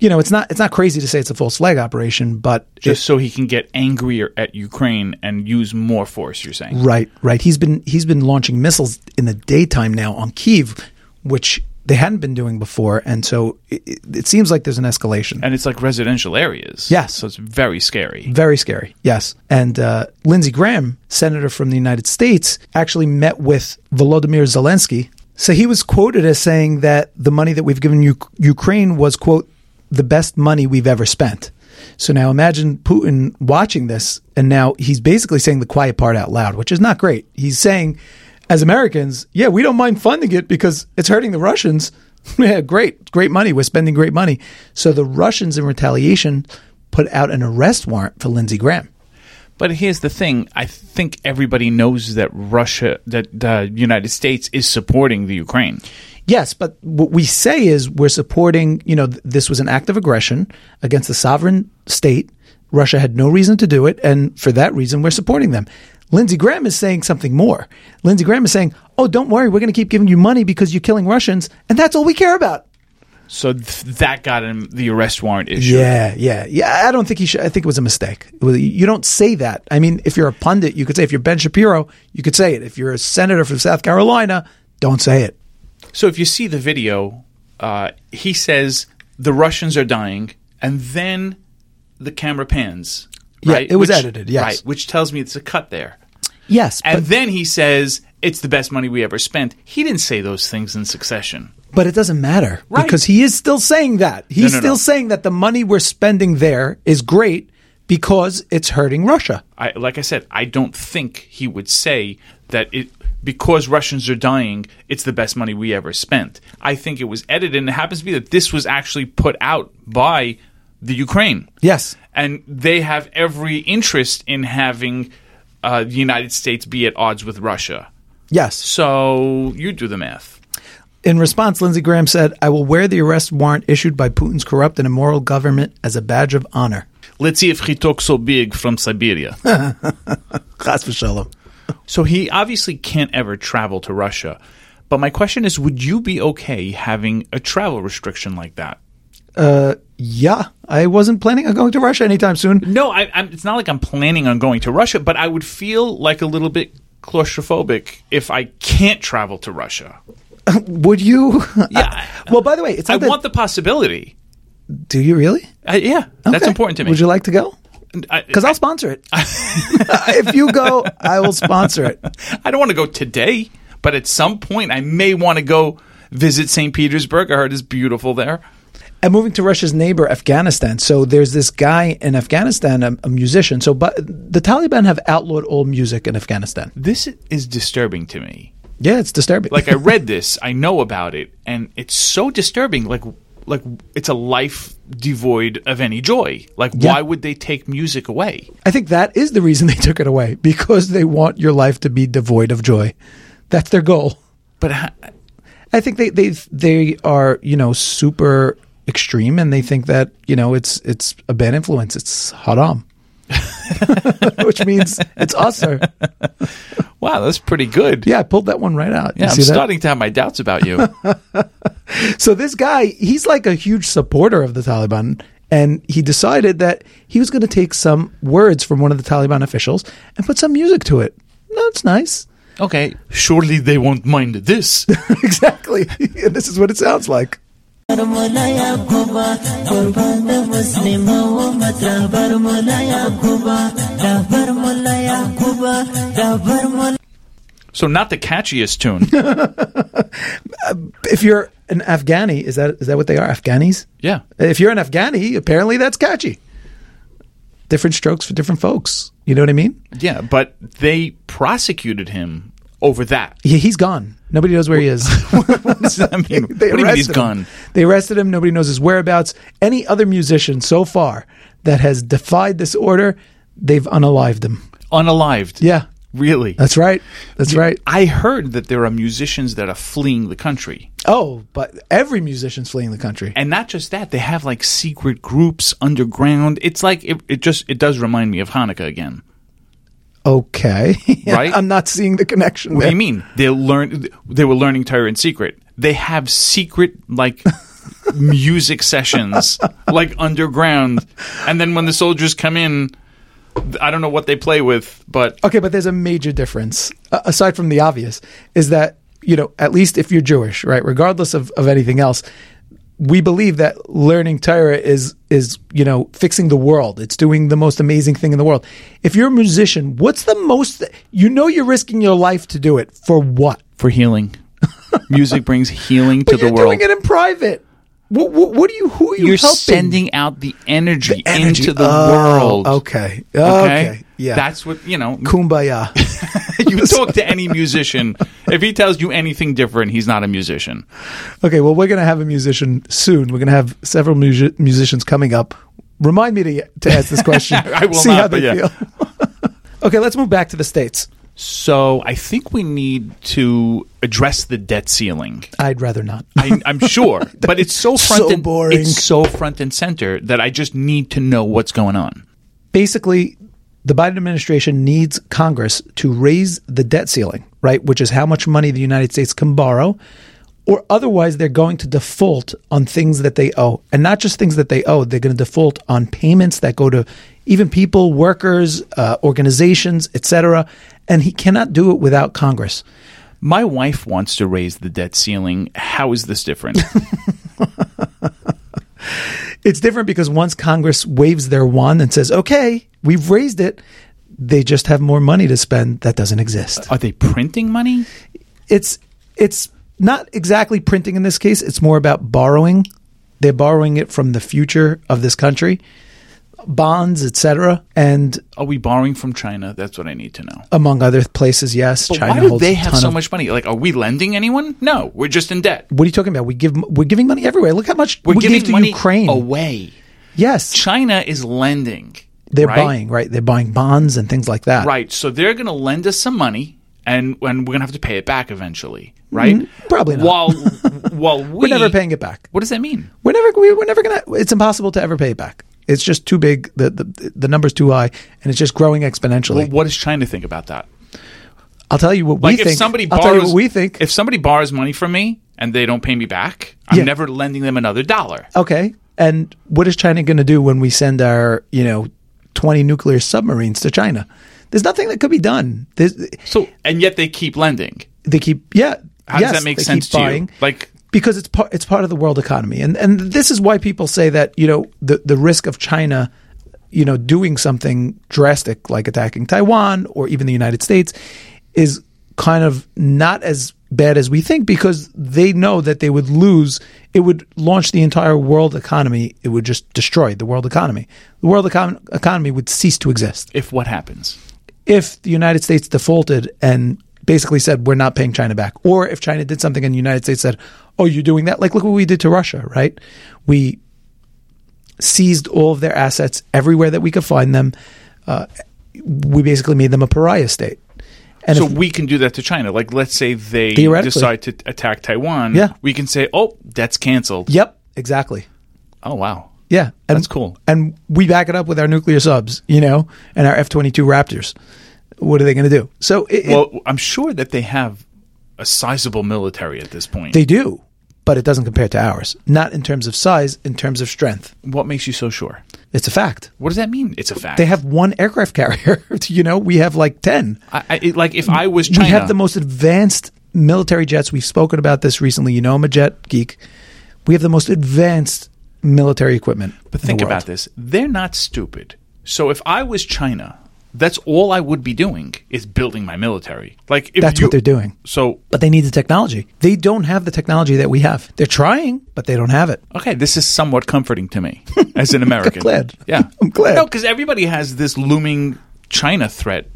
[SPEAKER 2] You know, it's not it's not crazy to say it's a false flag operation, but
[SPEAKER 1] Just so he can get angrier at Ukraine and use more force, you're saying.
[SPEAKER 2] Right, right. He's been he's been launching missiles in the daytime now on Kiev, which they hadn't been doing before, and so it, it, it seems like there's an escalation.
[SPEAKER 1] And it's like residential areas.
[SPEAKER 2] Yes.
[SPEAKER 1] So it's very scary.
[SPEAKER 2] Very scary. Yes, and uh, Lindsey Graham, senator from the United States, actually met with Volodymyr Zelensky. So he was quoted as saying that the money that we've given U- Ukraine was quote the best money we've ever spent. So now imagine Putin watching this, and now he's basically saying the quiet part out loud, which is not great. He's saying, as Americans, yeah, we don't mind funding it because it's hurting the Russians. [LAUGHS] yeah, great, great money. We're spending great money. So the Russians, in retaliation, put out an arrest warrant for Lindsey Graham.
[SPEAKER 1] But here's the thing: I think everybody knows that Russia, that the United States is supporting the Ukraine.
[SPEAKER 2] Yes, but what we say is we're supporting, you know, th- this was an act of aggression against the sovereign state. Russia had no reason to do it. And for that reason, we're supporting them. Lindsey Graham is saying something more. Lindsey Graham is saying, oh, don't worry, we're going to keep giving you money because you're killing Russians. And that's all we care about.
[SPEAKER 1] So th- that got him the arrest warrant issue.
[SPEAKER 2] Yeah, yeah, yeah. I don't think he should. I think it was a mistake. It was- You don't say that. I mean, if you're a pundit, you could say. If you're Ben Shapiro, you could say it. If you're a senator from South Carolina, don't say it.
[SPEAKER 1] So if you see the video, uh, he says the Russians are dying, and then the camera pans.
[SPEAKER 2] Yeah,
[SPEAKER 1] Right?
[SPEAKER 2] it was edited, yes.
[SPEAKER 1] right, which tells me it's a cut there.
[SPEAKER 2] Yes,
[SPEAKER 1] And
[SPEAKER 2] but,
[SPEAKER 1] then he says it's the best money we ever spent. He didn't say those things in succession.
[SPEAKER 2] but it doesn't matter
[SPEAKER 1] Right.
[SPEAKER 2] because he is still saying that. He's
[SPEAKER 1] no,
[SPEAKER 2] still
[SPEAKER 1] no.
[SPEAKER 2] saying that the money we're spending there is great because it's hurting Russia.
[SPEAKER 1] I, like I said, I don't think he would say that it because Russians are dying, it's the best money we ever spent. I think it was edited, and it happens to be that this was actually put out by the Ukraine.
[SPEAKER 2] Yes.
[SPEAKER 1] and they have every interest in having uh, the United States be at odds with Russia.
[SPEAKER 2] Yes.
[SPEAKER 1] So you do the math.
[SPEAKER 2] In response, Lindsey Graham said, I will wear the arrest warrant issued by Putin's corrupt and immoral government as a badge of honor.
[SPEAKER 1] Let's see if he talks so big from Siberia. [LAUGHS]
[SPEAKER 2] Chas v'shalom.
[SPEAKER 1] so he obviously can't ever travel to Russia. But my question is, would you be okay having a travel restriction like that?
[SPEAKER 2] Yeah, I wasn't planning on going to Russia anytime soon.
[SPEAKER 1] No, I, I'm, it's not like I'm planning on going to Russia, but I would feel like a little bit claustrophobic if I can't travel to Russia.
[SPEAKER 2] Would you? [LAUGHS]
[SPEAKER 1] Yeah.
[SPEAKER 2] well, by the way, it's
[SPEAKER 1] I
[SPEAKER 2] not that-
[SPEAKER 1] want the possibility.
[SPEAKER 2] Do you really?
[SPEAKER 1] I, yeah, that's
[SPEAKER 2] Okay.
[SPEAKER 1] important to me.
[SPEAKER 2] Would you like to go? Because
[SPEAKER 1] Because I,
[SPEAKER 2] I'll
[SPEAKER 1] [LAUGHS]
[SPEAKER 2] sponsor it. [LAUGHS] if you go, I will sponsor it.
[SPEAKER 1] I don't want to go today, but at some point I may want to go visit St. Petersburg. I heard it's beautiful there.
[SPEAKER 2] And moving to Russia's neighbor, Afghanistan. So there's this guy in Afghanistan, a, a musician. So, but the Taliban have outlawed all music in Afghanistan.
[SPEAKER 1] This is disturbing to me.
[SPEAKER 2] Yeah, it's disturbing.
[SPEAKER 1] Like I read this, I know about it, and it's so disturbing. Like like it's a life devoid of any joy. Like
[SPEAKER 2] Yeah.
[SPEAKER 1] why would they take music away?
[SPEAKER 2] [LAUGHS] I think that is the reason they took it away because they want your life to be devoid of joy. That's their goal.
[SPEAKER 1] But ha-
[SPEAKER 2] I think they they they are you know super extreme and they think that you know it's it's a bad influence. It's
[SPEAKER 1] [LAUGHS]
[SPEAKER 2] haram, [LAUGHS] which means it's usher.
[SPEAKER 1] wow, that's pretty good.
[SPEAKER 2] Yeah, I pulled that one right out. You
[SPEAKER 1] Yeah, I'm
[SPEAKER 2] see that?
[SPEAKER 1] starting to have my doubts about
[SPEAKER 2] [LAUGHS]
[SPEAKER 1] you.
[SPEAKER 2] So this guy, he's like a huge supporter of the Taliban. And he decided that he was going to take some words from one of the Taliban officials and put some music to it. That's nice.
[SPEAKER 1] okay, surely they won't mind this.
[SPEAKER 2] [LAUGHS] exactly. [LAUGHS] and this is what it sounds like.
[SPEAKER 1] So not the catchiest
[SPEAKER 2] [LAUGHS]
[SPEAKER 1] tune.
[SPEAKER 2] If you're an Afghani, is that is that what they are? Afghanis?
[SPEAKER 1] yeah.
[SPEAKER 2] If you're an Afghani, apparently that's catchy. Different strokes for different folks. You know what I mean?
[SPEAKER 1] Yeah, but they prosecuted him over that.
[SPEAKER 2] He, he's gone. Nobody knows where he is.
[SPEAKER 1] [LAUGHS] What does that mean?
[SPEAKER 2] [LAUGHS]
[SPEAKER 1] what do you mean he's
[SPEAKER 2] arrested him.
[SPEAKER 1] gone?
[SPEAKER 2] They arrested him. Nobody knows his whereabouts. Any other musician so far that has defied this order, they've unalived him.
[SPEAKER 1] Unalived.
[SPEAKER 2] Yeah,
[SPEAKER 1] Really?
[SPEAKER 2] that's right. That's right.
[SPEAKER 1] I heard that there are musicians that are fleeing the country.
[SPEAKER 2] Oh, but every musician's fleeing the country.
[SPEAKER 1] And not just that, they have like secret groups underground. It's like it, it just it does remind me of Hanukkah again.
[SPEAKER 2] Okay, [LAUGHS]
[SPEAKER 1] Right?
[SPEAKER 2] I'm not seeing the connection.
[SPEAKER 1] What do
[SPEAKER 2] there.
[SPEAKER 1] you mean? They learn they were learning Torah in secret. They have secret like [LAUGHS] music sessions like underground. And then when the soldiers come in, I don't know what they play with, but
[SPEAKER 2] Okay, but there's a major difference uh, aside from the obvious is that, you know, at least if you're Jewish, right, regardless of, of anything else, we believe that learning Torah is is, you know, fixing the world. It's doing the most amazing thing in the world. If you're a musician, what's the most you know you're risking your life to do it for what?
[SPEAKER 1] for healing. Music brings healing to
[SPEAKER 2] [LAUGHS] But
[SPEAKER 1] the
[SPEAKER 2] you're
[SPEAKER 1] world.
[SPEAKER 2] doing it in private. What, what, what are you who are you
[SPEAKER 1] You're
[SPEAKER 2] helping?
[SPEAKER 1] sending out the energy,
[SPEAKER 2] Energy.
[SPEAKER 1] into the
[SPEAKER 2] Oh,
[SPEAKER 1] world.
[SPEAKER 2] Okay. Okay. Yeah.
[SPEAKER 1] That's what, you know,
[SPEAKER 2] kumbaya.
[SPEAKER 1] [LAUGHS]
[SPEAKER 2] [LAUGHS]
[SPEAKER 1] you talk to any musician. If he tells you anything different, he's not a musician.
[SPEAKER 2] Okay, well, we're going to have a musician soon. We're going to have several mu- musicians coming up. Remind me to, to ask this question.
[SPEAKER 1] [LAUGHS] I will
[SPEAKER 2] See
[SPEAKER 1] not,
[SPEAKER 2] how they
[SPEAKER 1] but yeah.
[SPEAKER 2] feel. [LAUGHS] okay, let's move back to the states.
[SPEAKER 1] So I think we need to address the debt ceiling.
[SPEAKER 2] I'd rather not.
[SPEAKER 1] I, I'm [LAUGHS] sure, but it's so front
[SPEAKER 2] So
[SPEAKER 1] and
[SPEAKER 2] boring.
[SPEAKER 1] It's so front and center that I just need to know what's going on.
[SPEAKER 2] Basically, the Biden administration needs Congress to raise the debt ceiling, right? Which is how much money the United States can borrow, or otherwise they're going to default on things that they owe. And not just things that they owe, they're going to default on payments that go to even people, workers, uh, organizations, etc. And he cannot do it without Congress.
[SPEAKER 1] My wife wants to raise the debt ceiling. How is this [LAUGHS] different?
[SPEAKER 2] It's different because once Congress waves their wand and says, okay, we've raised it, they just have more money to spend that doesn't exist.
[SPEAKER 1] Are they printing money?
[SPEAKER 2] It's it's not exactly printing in this case, it's more about borrowing. They're borrowing it from the future of this country, bonds, etc., and
[SPEAKER 1] Are we borrowing from China? That's what I need to know.
[SPEAKER 2] among other places, yes,
[SPEAKER 1] But
[SPEAKER 2] China
[SPEAKER 1] Uh, why do
[SPEAKER 2] holds
[SPEAKER 1] they
[SPEAKER 2] a
[SPEAKER 1] have
[SPEAKER 2] ton
[SPEAKER 1] so
[SPEAKER 2] of-
[SPEAKER 1] much money? Like, are we lending anyone? No, we're just in debt.
[SPEAKER 2] What are you talking about? We give we're giving money everywhere. Look how much
[SPEAKER 1] We're
[SPEAKER 2] we
[SPEAKER 1] giving
[SPEAKER 2] gave to
[SPEAKER 1] money
[SPEAKER 2] Ukraine.
[SPEAKER 1] away.
[SPEAKER 2] Yes.
[SPEAKER 1] China is lending.
[SPEAKER 2] They're
[SPEAKER 1] right?
[SPEAKER 2] buying, right? They're buying bonds and things like that.
[SPEAKER 1] Right. So they're going to lend us some money and and we're gonna have to pay it back eventually, right?
[SPEAKER 2] Mm-hmm. probably not. [LAUGHS]
[SPEAKER 1] While while we,
[SPEAKER 2] We're never paying it back.
[SPEAKER 1] What does that mean?
[SPEAKER 2] We're never we, we're never gonna. It's impossible to ever pay it back. It's just too big. The the the number's too high, and it's just growing exponentially.
[SPEAKER 1] Well, what is China think about that?
[SPEAKER 2] I'll tell you what
[SPEAKER 1] Like
[SPEAKER 2] we
[SPEAKER 1] if
[SPEAKER 2] think.
[SPEAKER 1] somebody
[SPEAKER 2] I'll
[SPEAKER 1] borrows,
[SPEAKER 2] tell you what we think.
[SPEAKER 1] If somebody borrows money from me and they don't pay me back, I'm
[SPEAKER 2] Yeah.
[SPEAKER 1] never lending them another dollar.
[SPEAKER 2] okay, and what is China going to do when we send our you know twenty nuclear submarines to China? There's nothing that could be done. There's,
[SPEAKER 1] So and yet they keep lending.
[SPEAKER 2] they keep yeah.
[SPEAKER 1] How
[SPEAKER 2] yes,
[SPEAKER 1] does that make
[SPEAKER 2] they
[SPEAKER 1] sense
[SPEAKER 2] keep
[SPEAKER 1] to
[SPEAKER 2] buying.
[SPEAKER 1] you? Like
[SPEAKER 2] because it's part it's part of the world economy, and and this is why people say that you know the the risk of China, you know, doing something drastic like attacking Taiwan or even the United States, is kind of not as bad as we think because they know that they would lose. It would launch the entire world economy. It would just destroy the world economy. The world econ- economy would cease to exist
[SPEAKER 1] if what happens?
[SPEAKER 2] if the United States defaulted and basically said we're not paying China back, or if China did something and the United States said, "Oh, you're doing that," like look what we did to Russia, right? We seized all of their assets everywhere that we could find them. Uh, we basically made them a pariah state. And
[SPEAKER 1] so
[SPEAKER 2] if-
[SPEAKER 1] we can do that to China. Like let's say they
[SPEAKER 2] Theoretically.
[SPEAKER 1] decide to attack Taiwan.
[SPEAKER 2] Yeah.
[SPEAKER 1] We can say, Oh, that's cancelled.
[SPEAKER 2] yep, exactly.
[SPEAKER 1] Oh wow.
[SPEAKER 2] Yeah, and,
[SPEAKER 1] That's cool.
[SPEAKER 2] And we back it up with our nuclear subs, you know, and our F twenty two Raptors. What are they going to do? So it, it-
[SPEAKER 1] Well, I'm sure that they have a sizable military at this point.
[SPEAKER 2] they do, but it doesn't compare to ours. Not in terms of size, in terms of strength.
[SPEAKER 1] what makes you so sure?
[SPEAKER 2] It's a fact.
[SPEAKER 1] What does that mean? It's a fact.
[SPEAKER 2] They have one aircraft [LAUGHS] carrier. you know, we have like 10.
[SPEAKER 1] I, I, it- like if I was China,
[SPEAKER 2] We have the most advanced military jets. We've spoken about this recently. You know, I'm a jet geek. We have the most advanced military equipment.
[SPEAKER 1] But think about this. They're not stupid. So if I was China, that's all I would be doing is building my military. Like if
[SPEAKER 2] That's
[SPEAKER 1] you-
[SPEAKER 2] what they're doing.
[SPEAKER 1] So
[SPEAKER 2] But they need the technology. They don't have the technology that we have. They're trying, but they don't have it.
[SPEAKER 1] okay, this is somewhat comforting to
[SPEAKER 2] [LAUGHS]
[SPEAKER 1] me as an American.
[SPEAKER 2] glad.
[SPEAKER 1] Yeah,
[SPEAKER 2] [LAUGHS] I'm glad.
[SPEAKER 1] No, because everybody has this looming China threat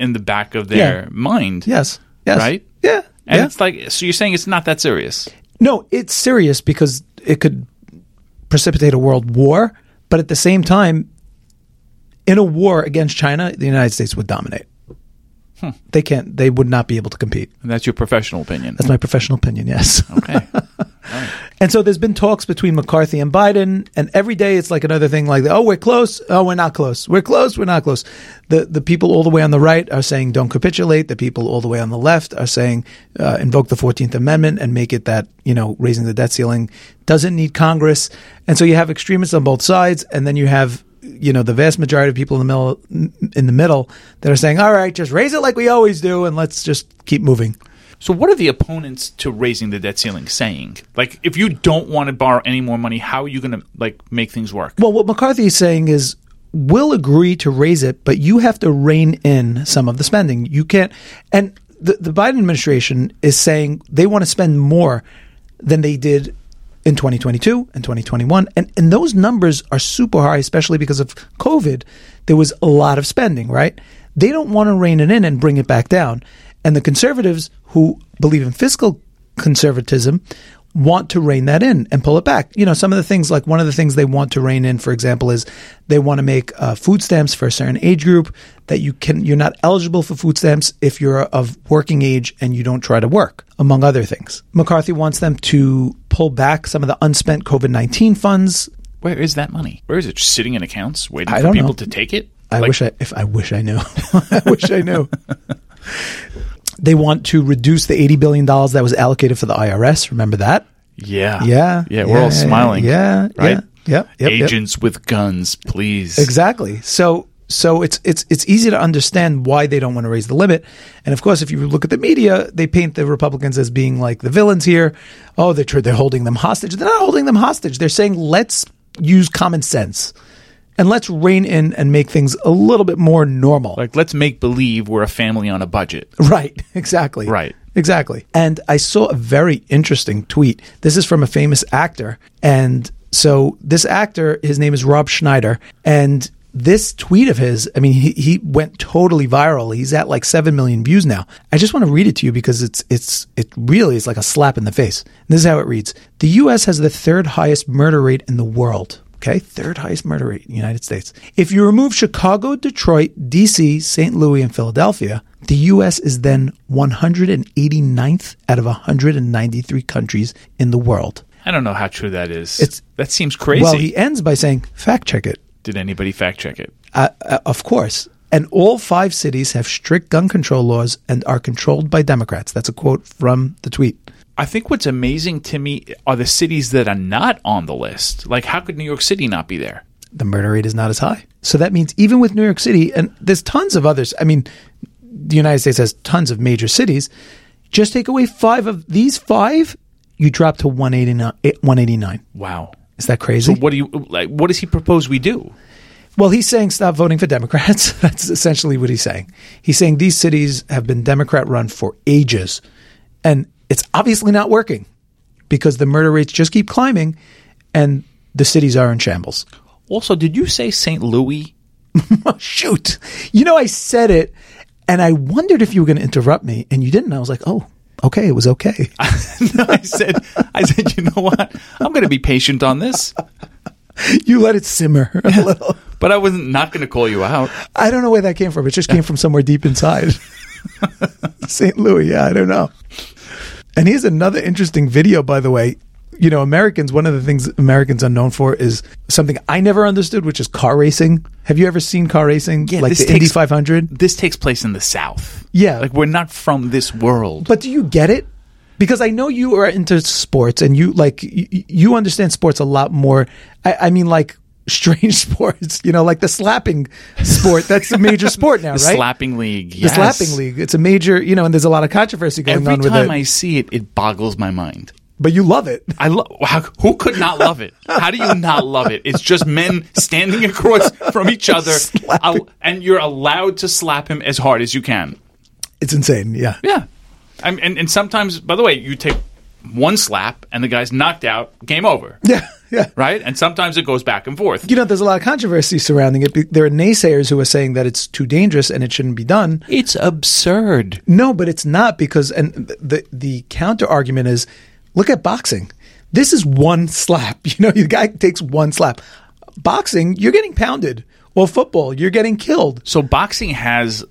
[SPEAKER 1] in the back of their
[SPEAKER 2] Yeah.
[SPEAKER 1] mind.
[SPEAKER 2] Yes. Yes.
[SPEAKER 1] Right.
[SPEAKER 2] Yeah.
[SPEAKER 1] And
[SPEAKER 2] yeah.
[SPEAKER 1] it's like so you're saying it's not that serious.
[SPEAKER 2] No, it's serious because it could precipitate a world war, but at the same time, in a war against China, the United States would dominate. They can't. They would not be able to compete.
[SPEAKER 1] And that's your professional opinion.
[SPEAKER 2] That's my professional opinion. Yes.
[SPEAKER 1] [LAUGHS] okay.
[SPEAKER 2] and so there's been talks between McCarthy and Biden, and every day it's like another thing like, oh, we're close. Oh, we're not close. We're close. We're not close. The the people all the way on the right are saying don't capitulate. The people all the way on the left are saying uh, invoke the Fourteenth Amendment and make it that you know raising the debt ceiling doesn't need Congress. And so you have extremists on both sides, and then you have you know the vast majority of people in the middle in the middle that are saying, all right, just raise it like we always do, and let's just keep moving.
[SPEAKER 1] So what are the opponents to raising the debt ceiling saying? Like if you don't want to borrow any more money, how are you going to like make things work?
[SPEAKER 2] Well, what McCarthy is saying is we'll agree to raise it, but you have to rein in some of the spending. You can't. And the, the Biden administration is saying they want to spend more than they did in 2022 and 2021. And, and those numbers are super high, especially because of COVID. There was a lot of spending, right? They don't want to rein it in and bring it back down. And the conservatives who believe in fiscal conservatism want to rein that in and pull it back. You know, some of the things like one of the things they want to rein in, for example, is they want to make uh, food stamps for a certain age group that you can you're not eligible for food stamps if you're of working age and you don't try to work, among other things. McCarthy wants them to pull back some of the unspent COVID nineteen funds.
[SPEAKER 1] Where is that money? Where is it? Just sitting in accounts waiting
[SPEAKER 2] I
[SPEAKER 1] for
[SPEAKER 2] don't
[SPEAKER 1] people
[SPEAKER 2] know.
[SPEAKER 1] to take it?
[SPEAKER 2] I
[SPEAKER 1] Like,
[SPEAKER 2] wish I if I wish I knew. [LAUGHS] I wish I knew. They want to reduce the eighty billion dollars that was allocated for the IRS. Remember that?
[SPEAKER 1] Yeah.
[SPEAKER 2] Yeah.
[SPEAKER 1] Yeah. We're all smiling.
[SPEAKER 2] Yeah.
[SPEAKER 1] Right?
[SPEAKER 2] Yeah. Yep, yep, yep.
[SPEAKER 1] Agents with guns, please.
[SPEAKER 2] Exactly. So so it's it's it's easy to understand why they don't want to raise the limit. And of course, if you look at the media, they paint the Republicans as being like the villains here. Oh, they're tr- they're holding them hostage. They're not holding them hostage. They're saying let's use common sense and let's rein in and make things a little bit more normal.
[SPEAKER 1] Like, let's make believe we're a family on a budget.
[SPEAKER 2] [LAUGHS] Right, exactly.
[SPEAKER 1] Right.
[SPEAKER 2] Exactly. And I saw a very interesting tweet. This is from a famous actor. And so this actor, his name is Rob Schneider. And this tweet of his, I mean, he, he went totally viral. He's at like 7 million views now. I just want to read it to you because it's, it's, it really is like a slap in the face. This is how it reads The U.S. has the third highest murder rate in the world. Okay, third highest murder rate in the United States. If you remove Chicago, Detroit, DC, St. Louis, and Philadelphia, The US is then 189th out of 193 countries in the world.
[SPEAKER 1] I don't know how true that is.
[SPEAKER 2] It's-
[SPEAKER 1] that seems crazy.
[SPEAKER 2] Well, he ends by saying, fact check it.
[SPEAKER 1] Did anybody fact check it?
[SPEAKER 2] Uh, uh, of course. And all five cities have strict gun control laws and are controlled by Democrats. That's a quote from the tweet.
[SPEAKER 1] I think what's amazing to me are the cities that are not on the list. Like, how could New York City not be there?
[SPEAKER 2] The murder rate is not as high. So that means even with New York City, and there's tons of others. I mean, the United States has tons of major cities. Just take away five of these five, you drop to 189. eh, 189.
[SPEAKER 1] Wow.
[SPEAKER 2] Is that
[SPEAKER 1] So
[SPEAKER 2] crazy?
[SPEAKER 1] what do you like? What does he propose we do?
[SPEAKER 2] Well, he's saying stop voting for Democrats. [LAUGHS] That's essentially what he's saying. He's saying these cities have been Democrat run for ages, and it's obviously not working because the murder rates just keep climbing, and the cities are in shambles.
[SPEAKER 1] Also, did you say St. [LAUGHS] Louis?
[SPEAKER 2] Oh, [LAUGHS] shoot. You know, I said it, and I wondered if you were going to interrupt me, and you didn't. I was like, oh, okay, it
[SPEAKER 1] [LAUGHS]
[SPEAKER 2] was okay.
[SPEAKER 1] no, I said. I said. You know what? I'm going to be patient on this,
[SPEAKER 2] you let it simmer a little.
[SPEAKER 1] but I was not going to call you out.
[SPEAKER 2] I don't know where that came from. It just came from somewhere
[SPEAKER 1] [LAUGHS]
[SPEAKER 2] deep inside. St. Louis, yeah, I don't know. And here's another interesting video, by the way. You know, Americans, one of the things Americans are known for is something I never understood, which is car racing. Have you ever seen car racing? like
[SPEAKER 1] this
[SPEAKER 2] the
[SPEAKER 1] takes-
[SPEAKER 2] Indy 500?
[SPEAKER 1] This takes place in the South.
[SPEAKER 2] Yeah.
[SPEAKER 1] like we're not from this world.
[SPEAKER 2] But do you get it? Because I know you are into sports and you like you, you understand sports a lot more. I, I mean, like [LAUGHS] strange sports. You know, like the slapping sport. That's a major sport
[SPEAKER 1] [LAUGHS]
[SPEAKER 2] now,
[SPEAKER 1] the
[SPEAKER 2] right?
[SPEAKER 1] slapping league.
[SPEAKER 2] the
[SPEAKER 1] Yes.
[SPEAKER 2] slapping league. It's a major, you know, and there's a lot of controversy going
[SPEAKER 1] Every
[SPEAKER 2] on with
[SPEAKER 1] time
[SPEAKER 2] it.
[SPEAKER 1] I see it, it boggles my mind.
[SPEAKER 2] but you love it.
[SPEAKER 1] I love. Who could not love it? How do you not love it? It's just men standing across from each other,
[SPEAKER 2] [LAUGHS] Slapping.
[SPEAKER 1] al- and you're allowed to slap him as hard as you can.
[SPEAKER 2] It's insane. Yeah.
[SPEAKER 1] Yeah, I'm, and and sometimes, by the way, you take one slap and the guy's knocked out, game over.
[SPEAKER 2] [LAUGHS] Yeah. Yeah.
[SPEAKER 1] Right, and sometimes it goes back and forth.
[SPEAKER 2] You know, there's a lot of controversy surrounding it. be- There are naysayers who are saying that it's too dangerous and it shouldn't be done.
[SPEAKER 1] It's absurd.
[SPEAKER 2] No, but it's not because, and th- the the counter argument is, look at boxing. This is one slap. [LAUGHS] You know, the guy takes one slap. Boxing, you're getting pounded. Well, football, you're getting killed.
[SPEAKER 1] So boxing has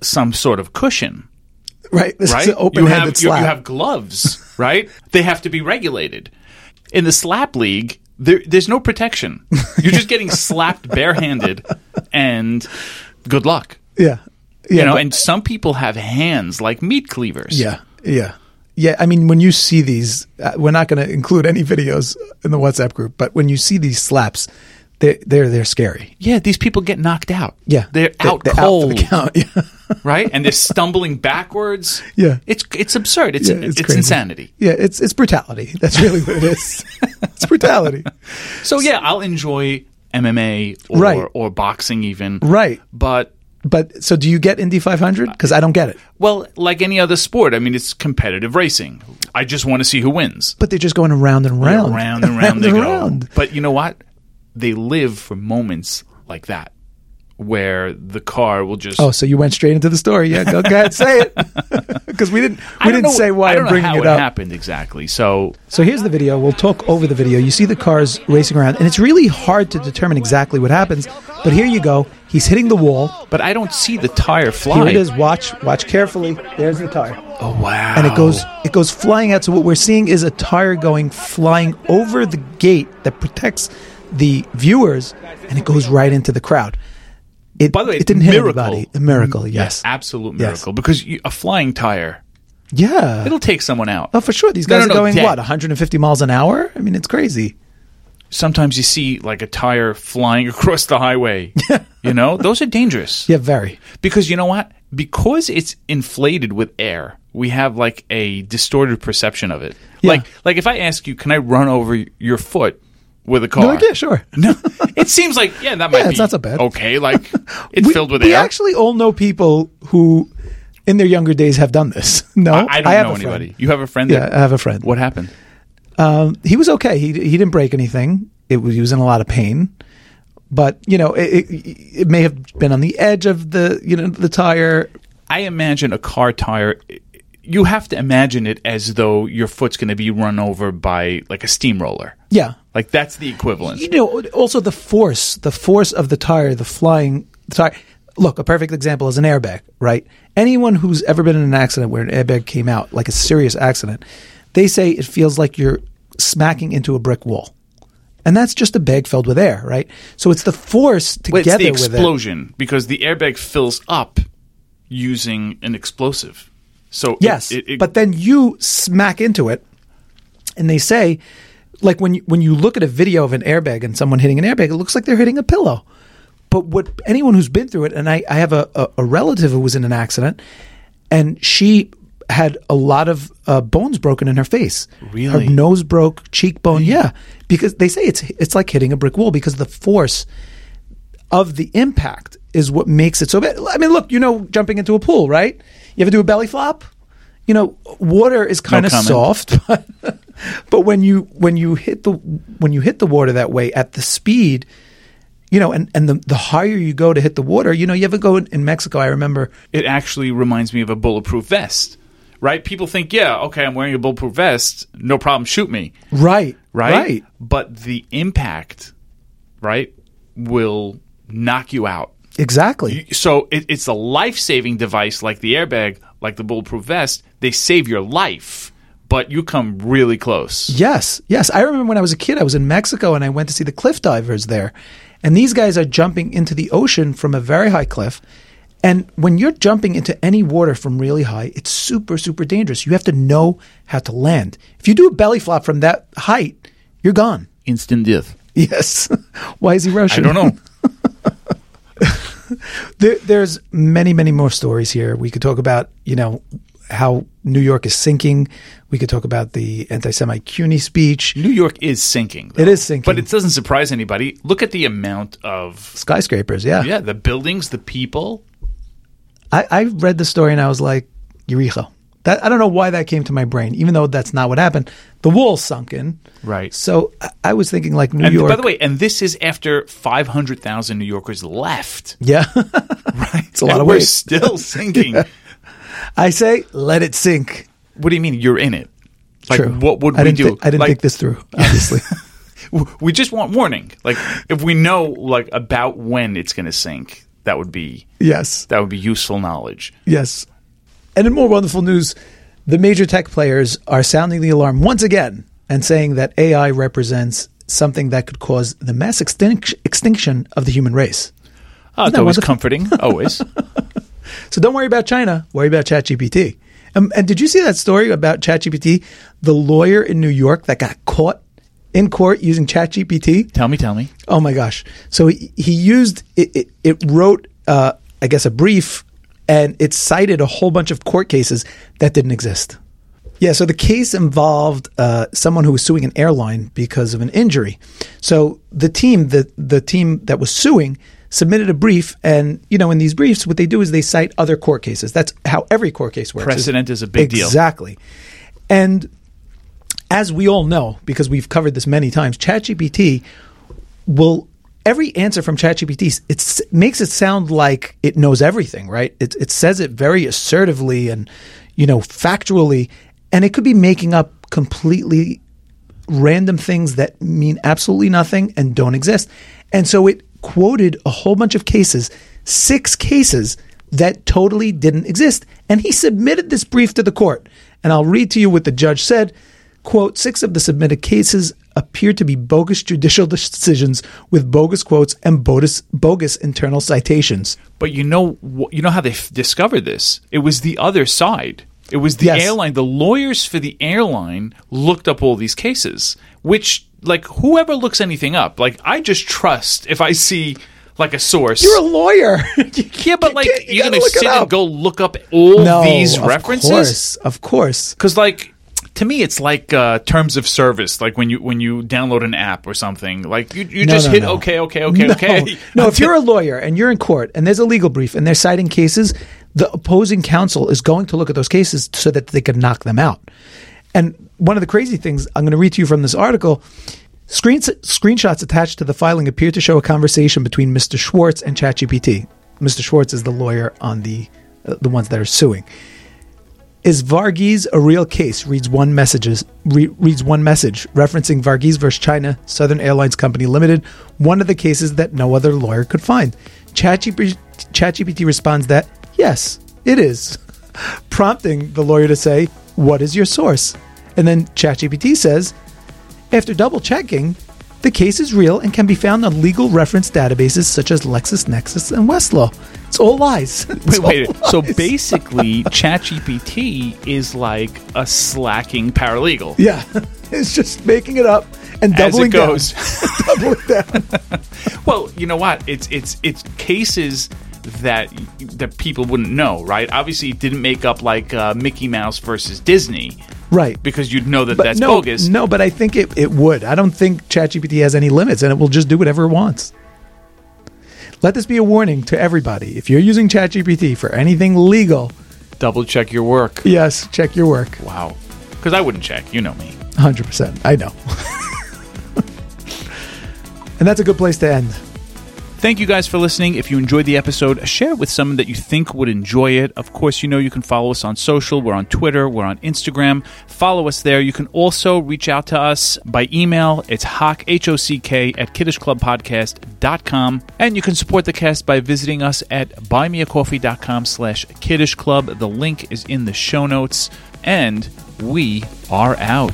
[SPEAKER 1] some sort of cushion,
[SPEAKER 2] Right. This
[SPEAKER 1] right?
[SPEAKER 2] is an
[SPEAKER 1] you
[SPEAKER 2] open-handed
[SPEAKER 1] have you, you
[SPEAKER 2] slap.
[SPEAKER 1] have gloves, [LAUGHS] right? they have to be regulated. In the slap league, there, there's no protection. You're just
[SPEAKER 2] [LAUGHS]
[SPEAKER 1] getting slapped barehanded, and good luck.
[SPEAKER 2] yeah. Yeah.
[SPEAKER 1] you know,
[SPEAKER 2] but-
[SPEAKER 1] and some people have hands like meat cleavers.
[SPEAKER 2] Yeah, yeah, yeah. I mean, when you see these, uh, we're not going to include any videos in the WhatsApp group, but when you see these slaps, they they're they're scary.
[SPEAKER 1] yeah. These people get knocked out.
[SPEAKER 2] Yeah,
[SPEAKER 1] they're out
[SPEAKER 2] they're for
[SPEAKER 1] cold,
[SPEAKER 2] the count. [LAUGHS] Yeah,
[SPEAKER 1] [LAUGHS] right? And
[SPEAKER 2] [LAUGHS]
[SPEAKER 1] they're stumbling backwards.
[SPEAKER 2] Yeah.
[SPEAKER 1] it's it's absurd. It's
[SPEAKER 2] yeah,
[SPEAKER 1] it's,
[SPEAKER 2] crazy.
[SPEAKER 1] insanity.
[SPEAKER 2] Yeah, it's it's brutality. That's really what
[SPEAKER 1] [LAUGHS]
[SPEAKER 2] it is. it's brutality.
[SPEAKER 1] So yeah, I'll enjoy MMA or
[SPEAKER 2] Right.
[SPEAKER 1] or boxing even.
[SPEAKER 2] Right.
[SPEAKER 1] But
[SPEAKER 2] But so, do you get Indy 500? Because I don't get it.
[SPEAKER 1] well, like any other sport, I mean, it's competitive racing. I just want to see who wins.
[SPEAKER 2] But they're just going around and round,
[SPEAKER 1] Round and
[SPEAKER 2] [LAUGHS]
[SPEAKER 1] round they go.
[SPEAKER 2] round.
[SPEAKER 1] But you know what? They live for moments like that where the car will just
[SPEAKER 2] Oh, so you went straight into the story? Yeah, go, go ahead, say it. [LAUGHS] Because we didn't,
[SPEAKER 1] I don't
[SPEAKER 2] we didn't
[SPEAKER 1] know-
[SPEAKER 2] say why
[SPEAKER 1] I don't
[SPEAKER 2] I'm bringing
[SPEAKER 1] know how
[SPEAKER 2] it up.
[SPEAKER 1] happened exactly. So
[SPEAKER 2] So here's the video. We'll talk over the video. You see the cars racing around, and it's really hard to determine exactly what happens. But here you go. He's hitting the wall.
[SPEAKER 1] but I don't see the tire fly.
[SPEAKER 2] Here it is. Watch, watch carefully. There's the tire,
[SPEAKER 1] Oh wow.
[SPEAKER 2] and it goes, it goes flying out. So what we're seeing is a tire going flying over the gate that protects the viewers, and it goes right into the crowd. It,
[SPEAKER 1] By the way,
[SPEAKER 2] it didn't
[SPEAKER 1] miracle. Mm,
[SPEAKER 2] hit anybody. A miracle,
[SPEAKER 1] Yeah,
[SPEAKER 2] yes,
[SPEAKER 1] absolute
[SPEAKER 2] Yes.
[SPEAKER 1] miracle because you, a flying tire
[SPEAKER 2] yeah.
[SPEAKER 1] it'll take someone out.
[SPEAKER 2] Oh, for sure. These
[SPEAKER 1] No,
[SPEAKER 2] guys
[SPEAKER 1] no, no,
[SPEAKER 2] are going
[SPEAKER 1] dead.
[SPEAKER 2] what 150 miles an hour. I mean, it's crazy.
[SPEAKER 1] Sometimes you see like a tire flying [LAUGHS] across the
[SPEAKER 2] [LAUGHS]
[SPEAKER 1] highway. you know, those are dangerous.
[SPEAKER 2] Yeah, very.
[SPEAKER 1] Because you know what? Because it's inflated with air, we have like a distorted perception of it.
[SPEAKER 2] Yeah.
[SPEAKER 1] Like like if I ask you, can I run over your foot with a car?
[SPEAKER 2] You're like, yeah, sure.
[SPEAKER 1] [LAUGHS] No, it seems like yeah, that might
[SPEAKER 2] Yeah,
[SPEAKER 1] be
[SPEAKER 2] it's not so bad.
[SPEAKER 1] Okay,
[SPEAKER 2] [LAUGHS]
[SPEAKER 1] like it's
[SPEAKER 2] we,
[SPEAKER 1] filled with
[SPEAKER 2] we
[SPEAKER 1] air.
[SPEAKER 2] actually all know people who, in their younger days, have done this. [LAUGHS] No,
[SPEAKER 1] I, I don't
[SPEAKER 2] have
[SPEAKER 1] know
[SPEAKER 2] a friend.
[SPEAKER 1] anybody. You have a friend?
[SPEAKER 2] Yeah,
[SPEAKER 1] that-
[SPEAKER 2] I have a friend.
[SPEAKER 1] What happened?
[SPEAKER 2] He was okay. He he didn't break anything. It was he was in a lot of pain, but you know it, it it may have been on the edge of the you know the tire.
[SPEAKER 1] I imagine a car tire. You have to imagine it as though your foot's going to be run over by like a steamroller.
[SPEAKER 2] Yeah,
[SPEAKER 1] Like that's the equivalent.
[SPEAKER 2] you know also the force the force of the tire the flying the tire look, a perfect example is an airbag, right? Anyone who's ever been in an accident where an airbag came out, like a serious accident, they say it feels like you're smacking into a brick wall. And that's just a bag filled with air, right? So it's the force
[SPEAKER 1] Well,
[SPEAKER 2] together
[SPEAKER 1] it's the
[SPEAKER 2] with it.
[SPEAKER 1] explosion because the airbag fills up using an explosive. So it-
[SPEAKER 2] Yes,
[SPEAKER 1] it- it-
[SPEAKER 2] but then you smack into it, and they say, like when you, when you look at a video of an airbag and someone hitting an airbag, it looks like they're hitting a pillow. But what anyone who's been through it, and I, I have a, a, a relative who was in an accident, and she had a lot of uh, bones broken in her face.
[SPEAKER 1] Really?
[SPEAKER 2] her nose broke, cheekbone. Yeah, because they say it's it's like hitting a brick wall because the force of the impact is what makes it so bad. I mean, look, you know, jumping into a pool, right? You ever do a belly flop? You know, water is kind of
[SPEAKER 1] comment.
[SPEAKER 2] soft, [LAUGHS] but, but when you when you hit the when you hit the water that way at the speed, you know, and and the the higher you go to hit the water, you know, you ever go in, in Mexico? I remember
[SPEAKER 1] it actually reminds me of a bulletproof vest, right? People think, yeah, okay, I'm wearing a bulletproof vest, no problem, shoot me,
[SPEAKER 2] right,
[SPEAKER 1] right?
[SPEAKER 2] right.
[SPEAKER 1] But the impact, right, will knock you out.
[SPEAKER 2] exactly.
[SPEAKER 1] So it, it's a life saving device like the airbag, like the bulletproof vest. They save your life, but you come really close.
[SPEAKER 2] Yes, yes. I remember when I was a kid, I was in Mexico and I went to see the cliff divers there. And these guys are jumping into the ocean from a very high cliff. And when you're jumping into any water from really high, it's super, super dangerous. You have to know how to land. If you do a belly flop from that height, you're gone. [LAUGHS]
[SPEAKER 1] Instant death.
[SPEAKER 2] Yes. Why is he
[SPEAKER 1] I
[SPEAKER 2] Russian?
[SPEAKER 1] don't
[SPEAKER 2] [LAUGHS]
[SPEAKER 1] know.
[SPEAKER 2] There, there's many, many more stories here. We could talk about, you know, how New York is sinking. We could talk about the anti-Semite CUNY speech.
[SPEAKER 1] New York is sinking. though.
[SPEAKER 2] It is sinking.
[SPEAKER 1] But it doesn't surprise anybody. Look at the amount of
[SPEAKER 2] Skyscrapers,
[SPEAKER 1] yeah, the buildings, the people.
[SPEAKER 2] I, I read the story and I was like, Eureka. That, I don't know why that came to my brain, even though that's not what happened. The wall sunk in.
[SPEAKER 1] Right.
[SPEAKER 2] So I, I was thinking like New
[SPEAKER 1] And
[SPEAKER 2] York.
[SPEAKER 1] by the way, and this is after 500,000 New Yorkers left.
[SPEAKER 2] yeah. [LAUGHS] right. It's a
[SPEAKER 1] [LAUGHS]
[SPEAKER 2] lot
[SPEAKER 1] and
[SPEAKER 2] of
[SPEAKER 1] we're
[SPEAKER 2] weight. [LAUGHS]
[SPEAKER 1] still sinking.
[SPEAKER 2] I say, let it sink.
[SPEAKER 1] What do you mean you're in it? Like
[SPEAKER 2] True.
[SPEAKER 1] what would
[SPEAKER 2] I
[SPEAKER 1] we
[SPEAKER 2] didn't
[SPEAKER 1] do?
[SPEAKER 2] thi- I didn't
[SPEAKER 1] like,
[SPEAKER 2] think this through, obviously. [LAUGHS]
[SPEAKER 1] w- We just want warning. Like if we know like about when it's going to sink, that would be
[SPEAKER 2] yes.
[SPEAKER 1] that would be useful knowledge.
[SPEAKER 2] Yes. And in more wonderful news, the major tech players are sounding the alarm once again and saying that AI represents something that could cause the mass extinc- extinction of the human race.
[SPEAKER 1] Oh, it's
[SPEAKER 2] that
[SPEAKER 1] always
[SPEAKER 2] wonderful? [LAUGHS]
[SPEAKER 1] comforting. Always.
[SPEAKER 2] So don't worry about China. Worry about ChatGPT. Um, and did you see that story about ChatGPT? The lawyer in New York that got caught in court using ChatGPT.
[SPEAKER 1] tell me, tell me.
[SPEAKER 2] Oh my gosh! So he, he used it. It, it wrote, uh, I guess, a brief, and it cited a whole bunch of court cases that didn't exist. Yeah, so the case involved uh, someone who was suing an airline because of an injury. So the team, the the team that was suing, submitted a brief, and you know, in these briefs, what they do is they cite other court cases. That's how every court case works.
[SPEAKER 1] Precedent is a big deal.
[SPEAKER 2] Exactly, and as we all know, because we've covered this many times, ChatGPT will every answer from ChatGPT it makes it sound like it knows everything, right? It it says it very assertively and you know factually, and it could be making up completely random things that mean absolutely nothing and don't exist. And so it quoted a whole bunch of cases, six cases that totally didn't exist. And he submitted this brief to the court. And I'll read to you what the judge said. Quote, six of the submitted cases appear to be bogus judicial decisions with bogus quotes and bogus, bogus internal citations.
[SPEAKER 1] But you know, wh- you know how they f- discovered this. It was the other side. It was the
[SPEAKER 2] Yes.
[SPEAKER 1] airline. The lawyers for the airline looked up all these cases, which like whoever looks anything up, like I just trust if I see like a source.
[SPEAKER 2] You're a lawyer.
[SPEAKER 1] [LAUGHS] yeah, but like
[SPEAKER 2] can't- [LAUGHS] you
[SPEAKER 1] you're
[SPEAKER 2] gotta
[SPEAKER 1] gonna
[SPEAKER 2] look it
[SPEAKER 1] sit and
[SPEAKER 2] up.
[SPEAKER 1] go look up all
[SPEAKER 2] no,
[SPEAKER 1] these
[SPEAKER 2] of
[SPEAKER 1] references
[SPEAKER 2] course, of course.
[SPEAKER 1] because like. To me, it's like uh, terms of service. Like when you when you download an app or something, like you, you
[SPEAKER 2] No,
[SPEAKER 1] just
[SPEAKER 2] no,
[SPEAKER 1] hit
[SPEAKER 2] no.
[SPEAKER 1] okay, okay, okay,
[SPEAKER 2] [LAUGHS] no.
[SPEAKER 1] okay.
[SPEAKER 2] No, if you're a lawyer and you're in court and there's a legal brief and they're citing cases, the opposing counsel is going to look at those cases so that they can knock them out. And one of the crazy things I'm going to read to you from this article screen, screenshots attached to the filing appear to show a conversation between Mr. Schwartz and ChatGPT. Mr. Schwartz is the lawyer on the uh, the ones that are suing. Is Varghese a real case? Reads one messages re- reads one message referencing Varghese versus China Southern Airlines Company Limited, one of the cases that no other lawyer could find. ChatGPT ChatGPT responds that, yes, it is, [LAUGHS] prompting the lawyer to say, What is your source? And then ChatGPT says, After double checking, the case is real and can be found on legal reference databases such as LexisNexis and Westlaw. It's all lies. [LAUGHS] It's
[SPEAKER 1] Wait, wait.
[SPEAKER 2] all
[SPEAKER 1] So
[SPEAKER 2] lies.
[SPEAKER 1] basically, ChatGPT is like a slacking paralegal.
[SPEAKER 2] yeah, [LAUGHS] it's just making it up and
[SPEAKER 1] As
[SPEAKER 2] doubling
[SPEAKER 1] it goes.
[SPEAKER 2] down. [LAUGHS] doubling down.
[SPEAKER 1] Well, you know what? It's it's it's cases that that people wouldn't know, right? Obviously, it didn't make up like uh, Mickey Mouse versus Disney,
[SPEAKER 2] Right.
[SPEAKER 1] Because you'd know that that's
[SPEAKER 2] no,
[SPEAKER 1] bogus.
[SPEAKER 2] No, but I think it, it would. I don't think ChatGPT has any limits and it will just do whatever it wants. Let this be a warning to everybody. If you're using ChatGPT for anything legal,
[SPEAKER 1] Double check your work.
[SPEAKER 2] yes, check your work.
[SPEAKER 1] Wow. Because I wouldn't check. You know me.
[SPEAKER 2] 100%. I know. [LAUGHS] and that's a good place to end.
[SPEAKER 1] Thank you guys for listening. If you enjoyed the episode, share it with someone that you think would enjoy it. Of course, you know you can follow us on social. We're on Twitter, we're on Instagram. Follow us there. You can also reach out to us by email. It's hock, H O C K, at kiddishclubpodcast.com. And you can support the cast by visiting us at buymeacoffee.com slash kiddish club. The link is in the show notes. And we are out.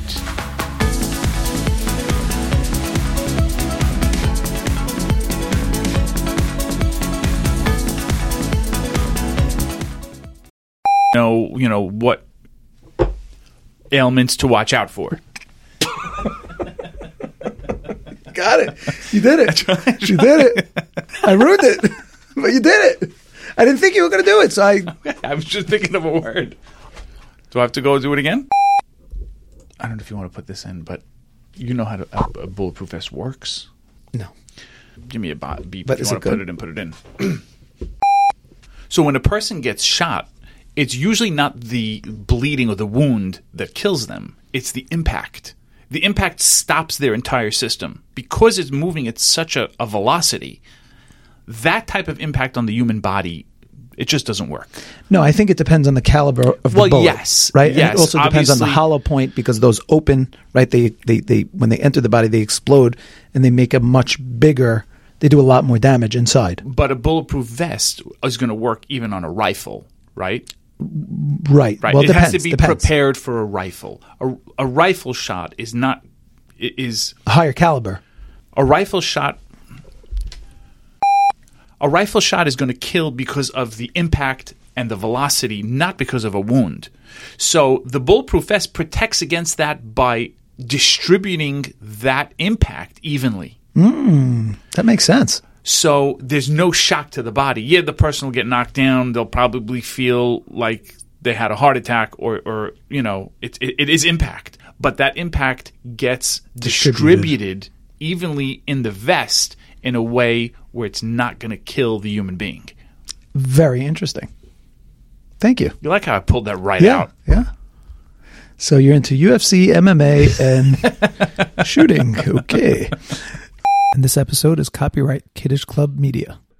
[SPEAKER 1] know you know what ailments to watch out for.
[SPEAKER 2] Got it. You did it. you did it. I ruined it, but you did it. I didn't think you were going to do it, so I.
[SPEAKER 1] [LAUGHS] I was just thinking of a word. Do I have to go do it again? I don't know if you want to put this in, but you know how to, how a bulletproof vest works.
[SPEAKER 2] No.
[SPEAKER 1] Give me a bo- beep
[SPEAKER 2] But
[SPEAKER 1] if
[SPEAKER 2] is
[SPEAKER 1] you
[SPEAKER 2] it
[SPEAKER 1] want to put
[SPEAKER 2] good?
[SPEAKER 1] it in. Put it in. [CLEARS THROAT] so when a person gets shot, it's usually not the bleeding or the wound that kills them. It's the impact. The impact stops their entire system because it's moving at such a, a velocity. That type of impact on the human body, it just doesn't work.
[SPEAKER 2] No, I think it depends on the caliber of
[SPEAKER 1] Well,
[SPEAKER 2] the bullet.
[SPEAKER 1] yes,
[SPEAKER 2] right. and
[SPEAKER 1] yes,
[SPEAKER 2] it also depends on the
[SPEAKER 1] obviously-
[SPEAKER 2] hollow point because those open, right? They, they they when they enter the body, they explode and they make a much bigger. They do a lot more damage inside.
[SPEAKER 1] but a bulletproof vest is going to work even on a rifle, right?
[SPEAKER 2] Right.
[SPEAKER 1] Right.
[SPEAKER 2] Well,
[SPEAKER 1] it
[SPEAKER 2] depends.
[SPEAKER 1] has to be
[SPEAKER 2] depends.
[SPEAKER 1] prepared for a rifle. A, a rifle shot is not i- is
[SPEAKER 2] Higher caliber.
[SPEAKER 1] a rifle shot. A rifle shot is going to kill because of the impact and the velocity, not because of a wound. So the bulletproof vest protects against that by distributing that impact evenly.
[SPEAKER 2] That makes sense.
[SPEAKER 1] So there's no shock to the body. Yeah, the person will get knocked down. They'll probably feel like they had a heart attack or, or you know, it, it, it is impact. But that impact gets
[SPEAKER 2] Distributed.
[SPEAKER 1] distributed. evenly in the vest in a way where it's not going to kill the human being.
[SPEAKER 2] Very interesting. Thank you.
[SPEAKER 1] You like how I pulled that right
[SPEAKER 2] Yeah.
[SPEAKER 1] out?
[SPEAKER 2] Yeah. So you're into UFC, MMA,
[SPEAKER 1] [LAUGHS]
[SPEAKER 2] and shooting. Okay. And this episode is copyright Kiddish Club Media.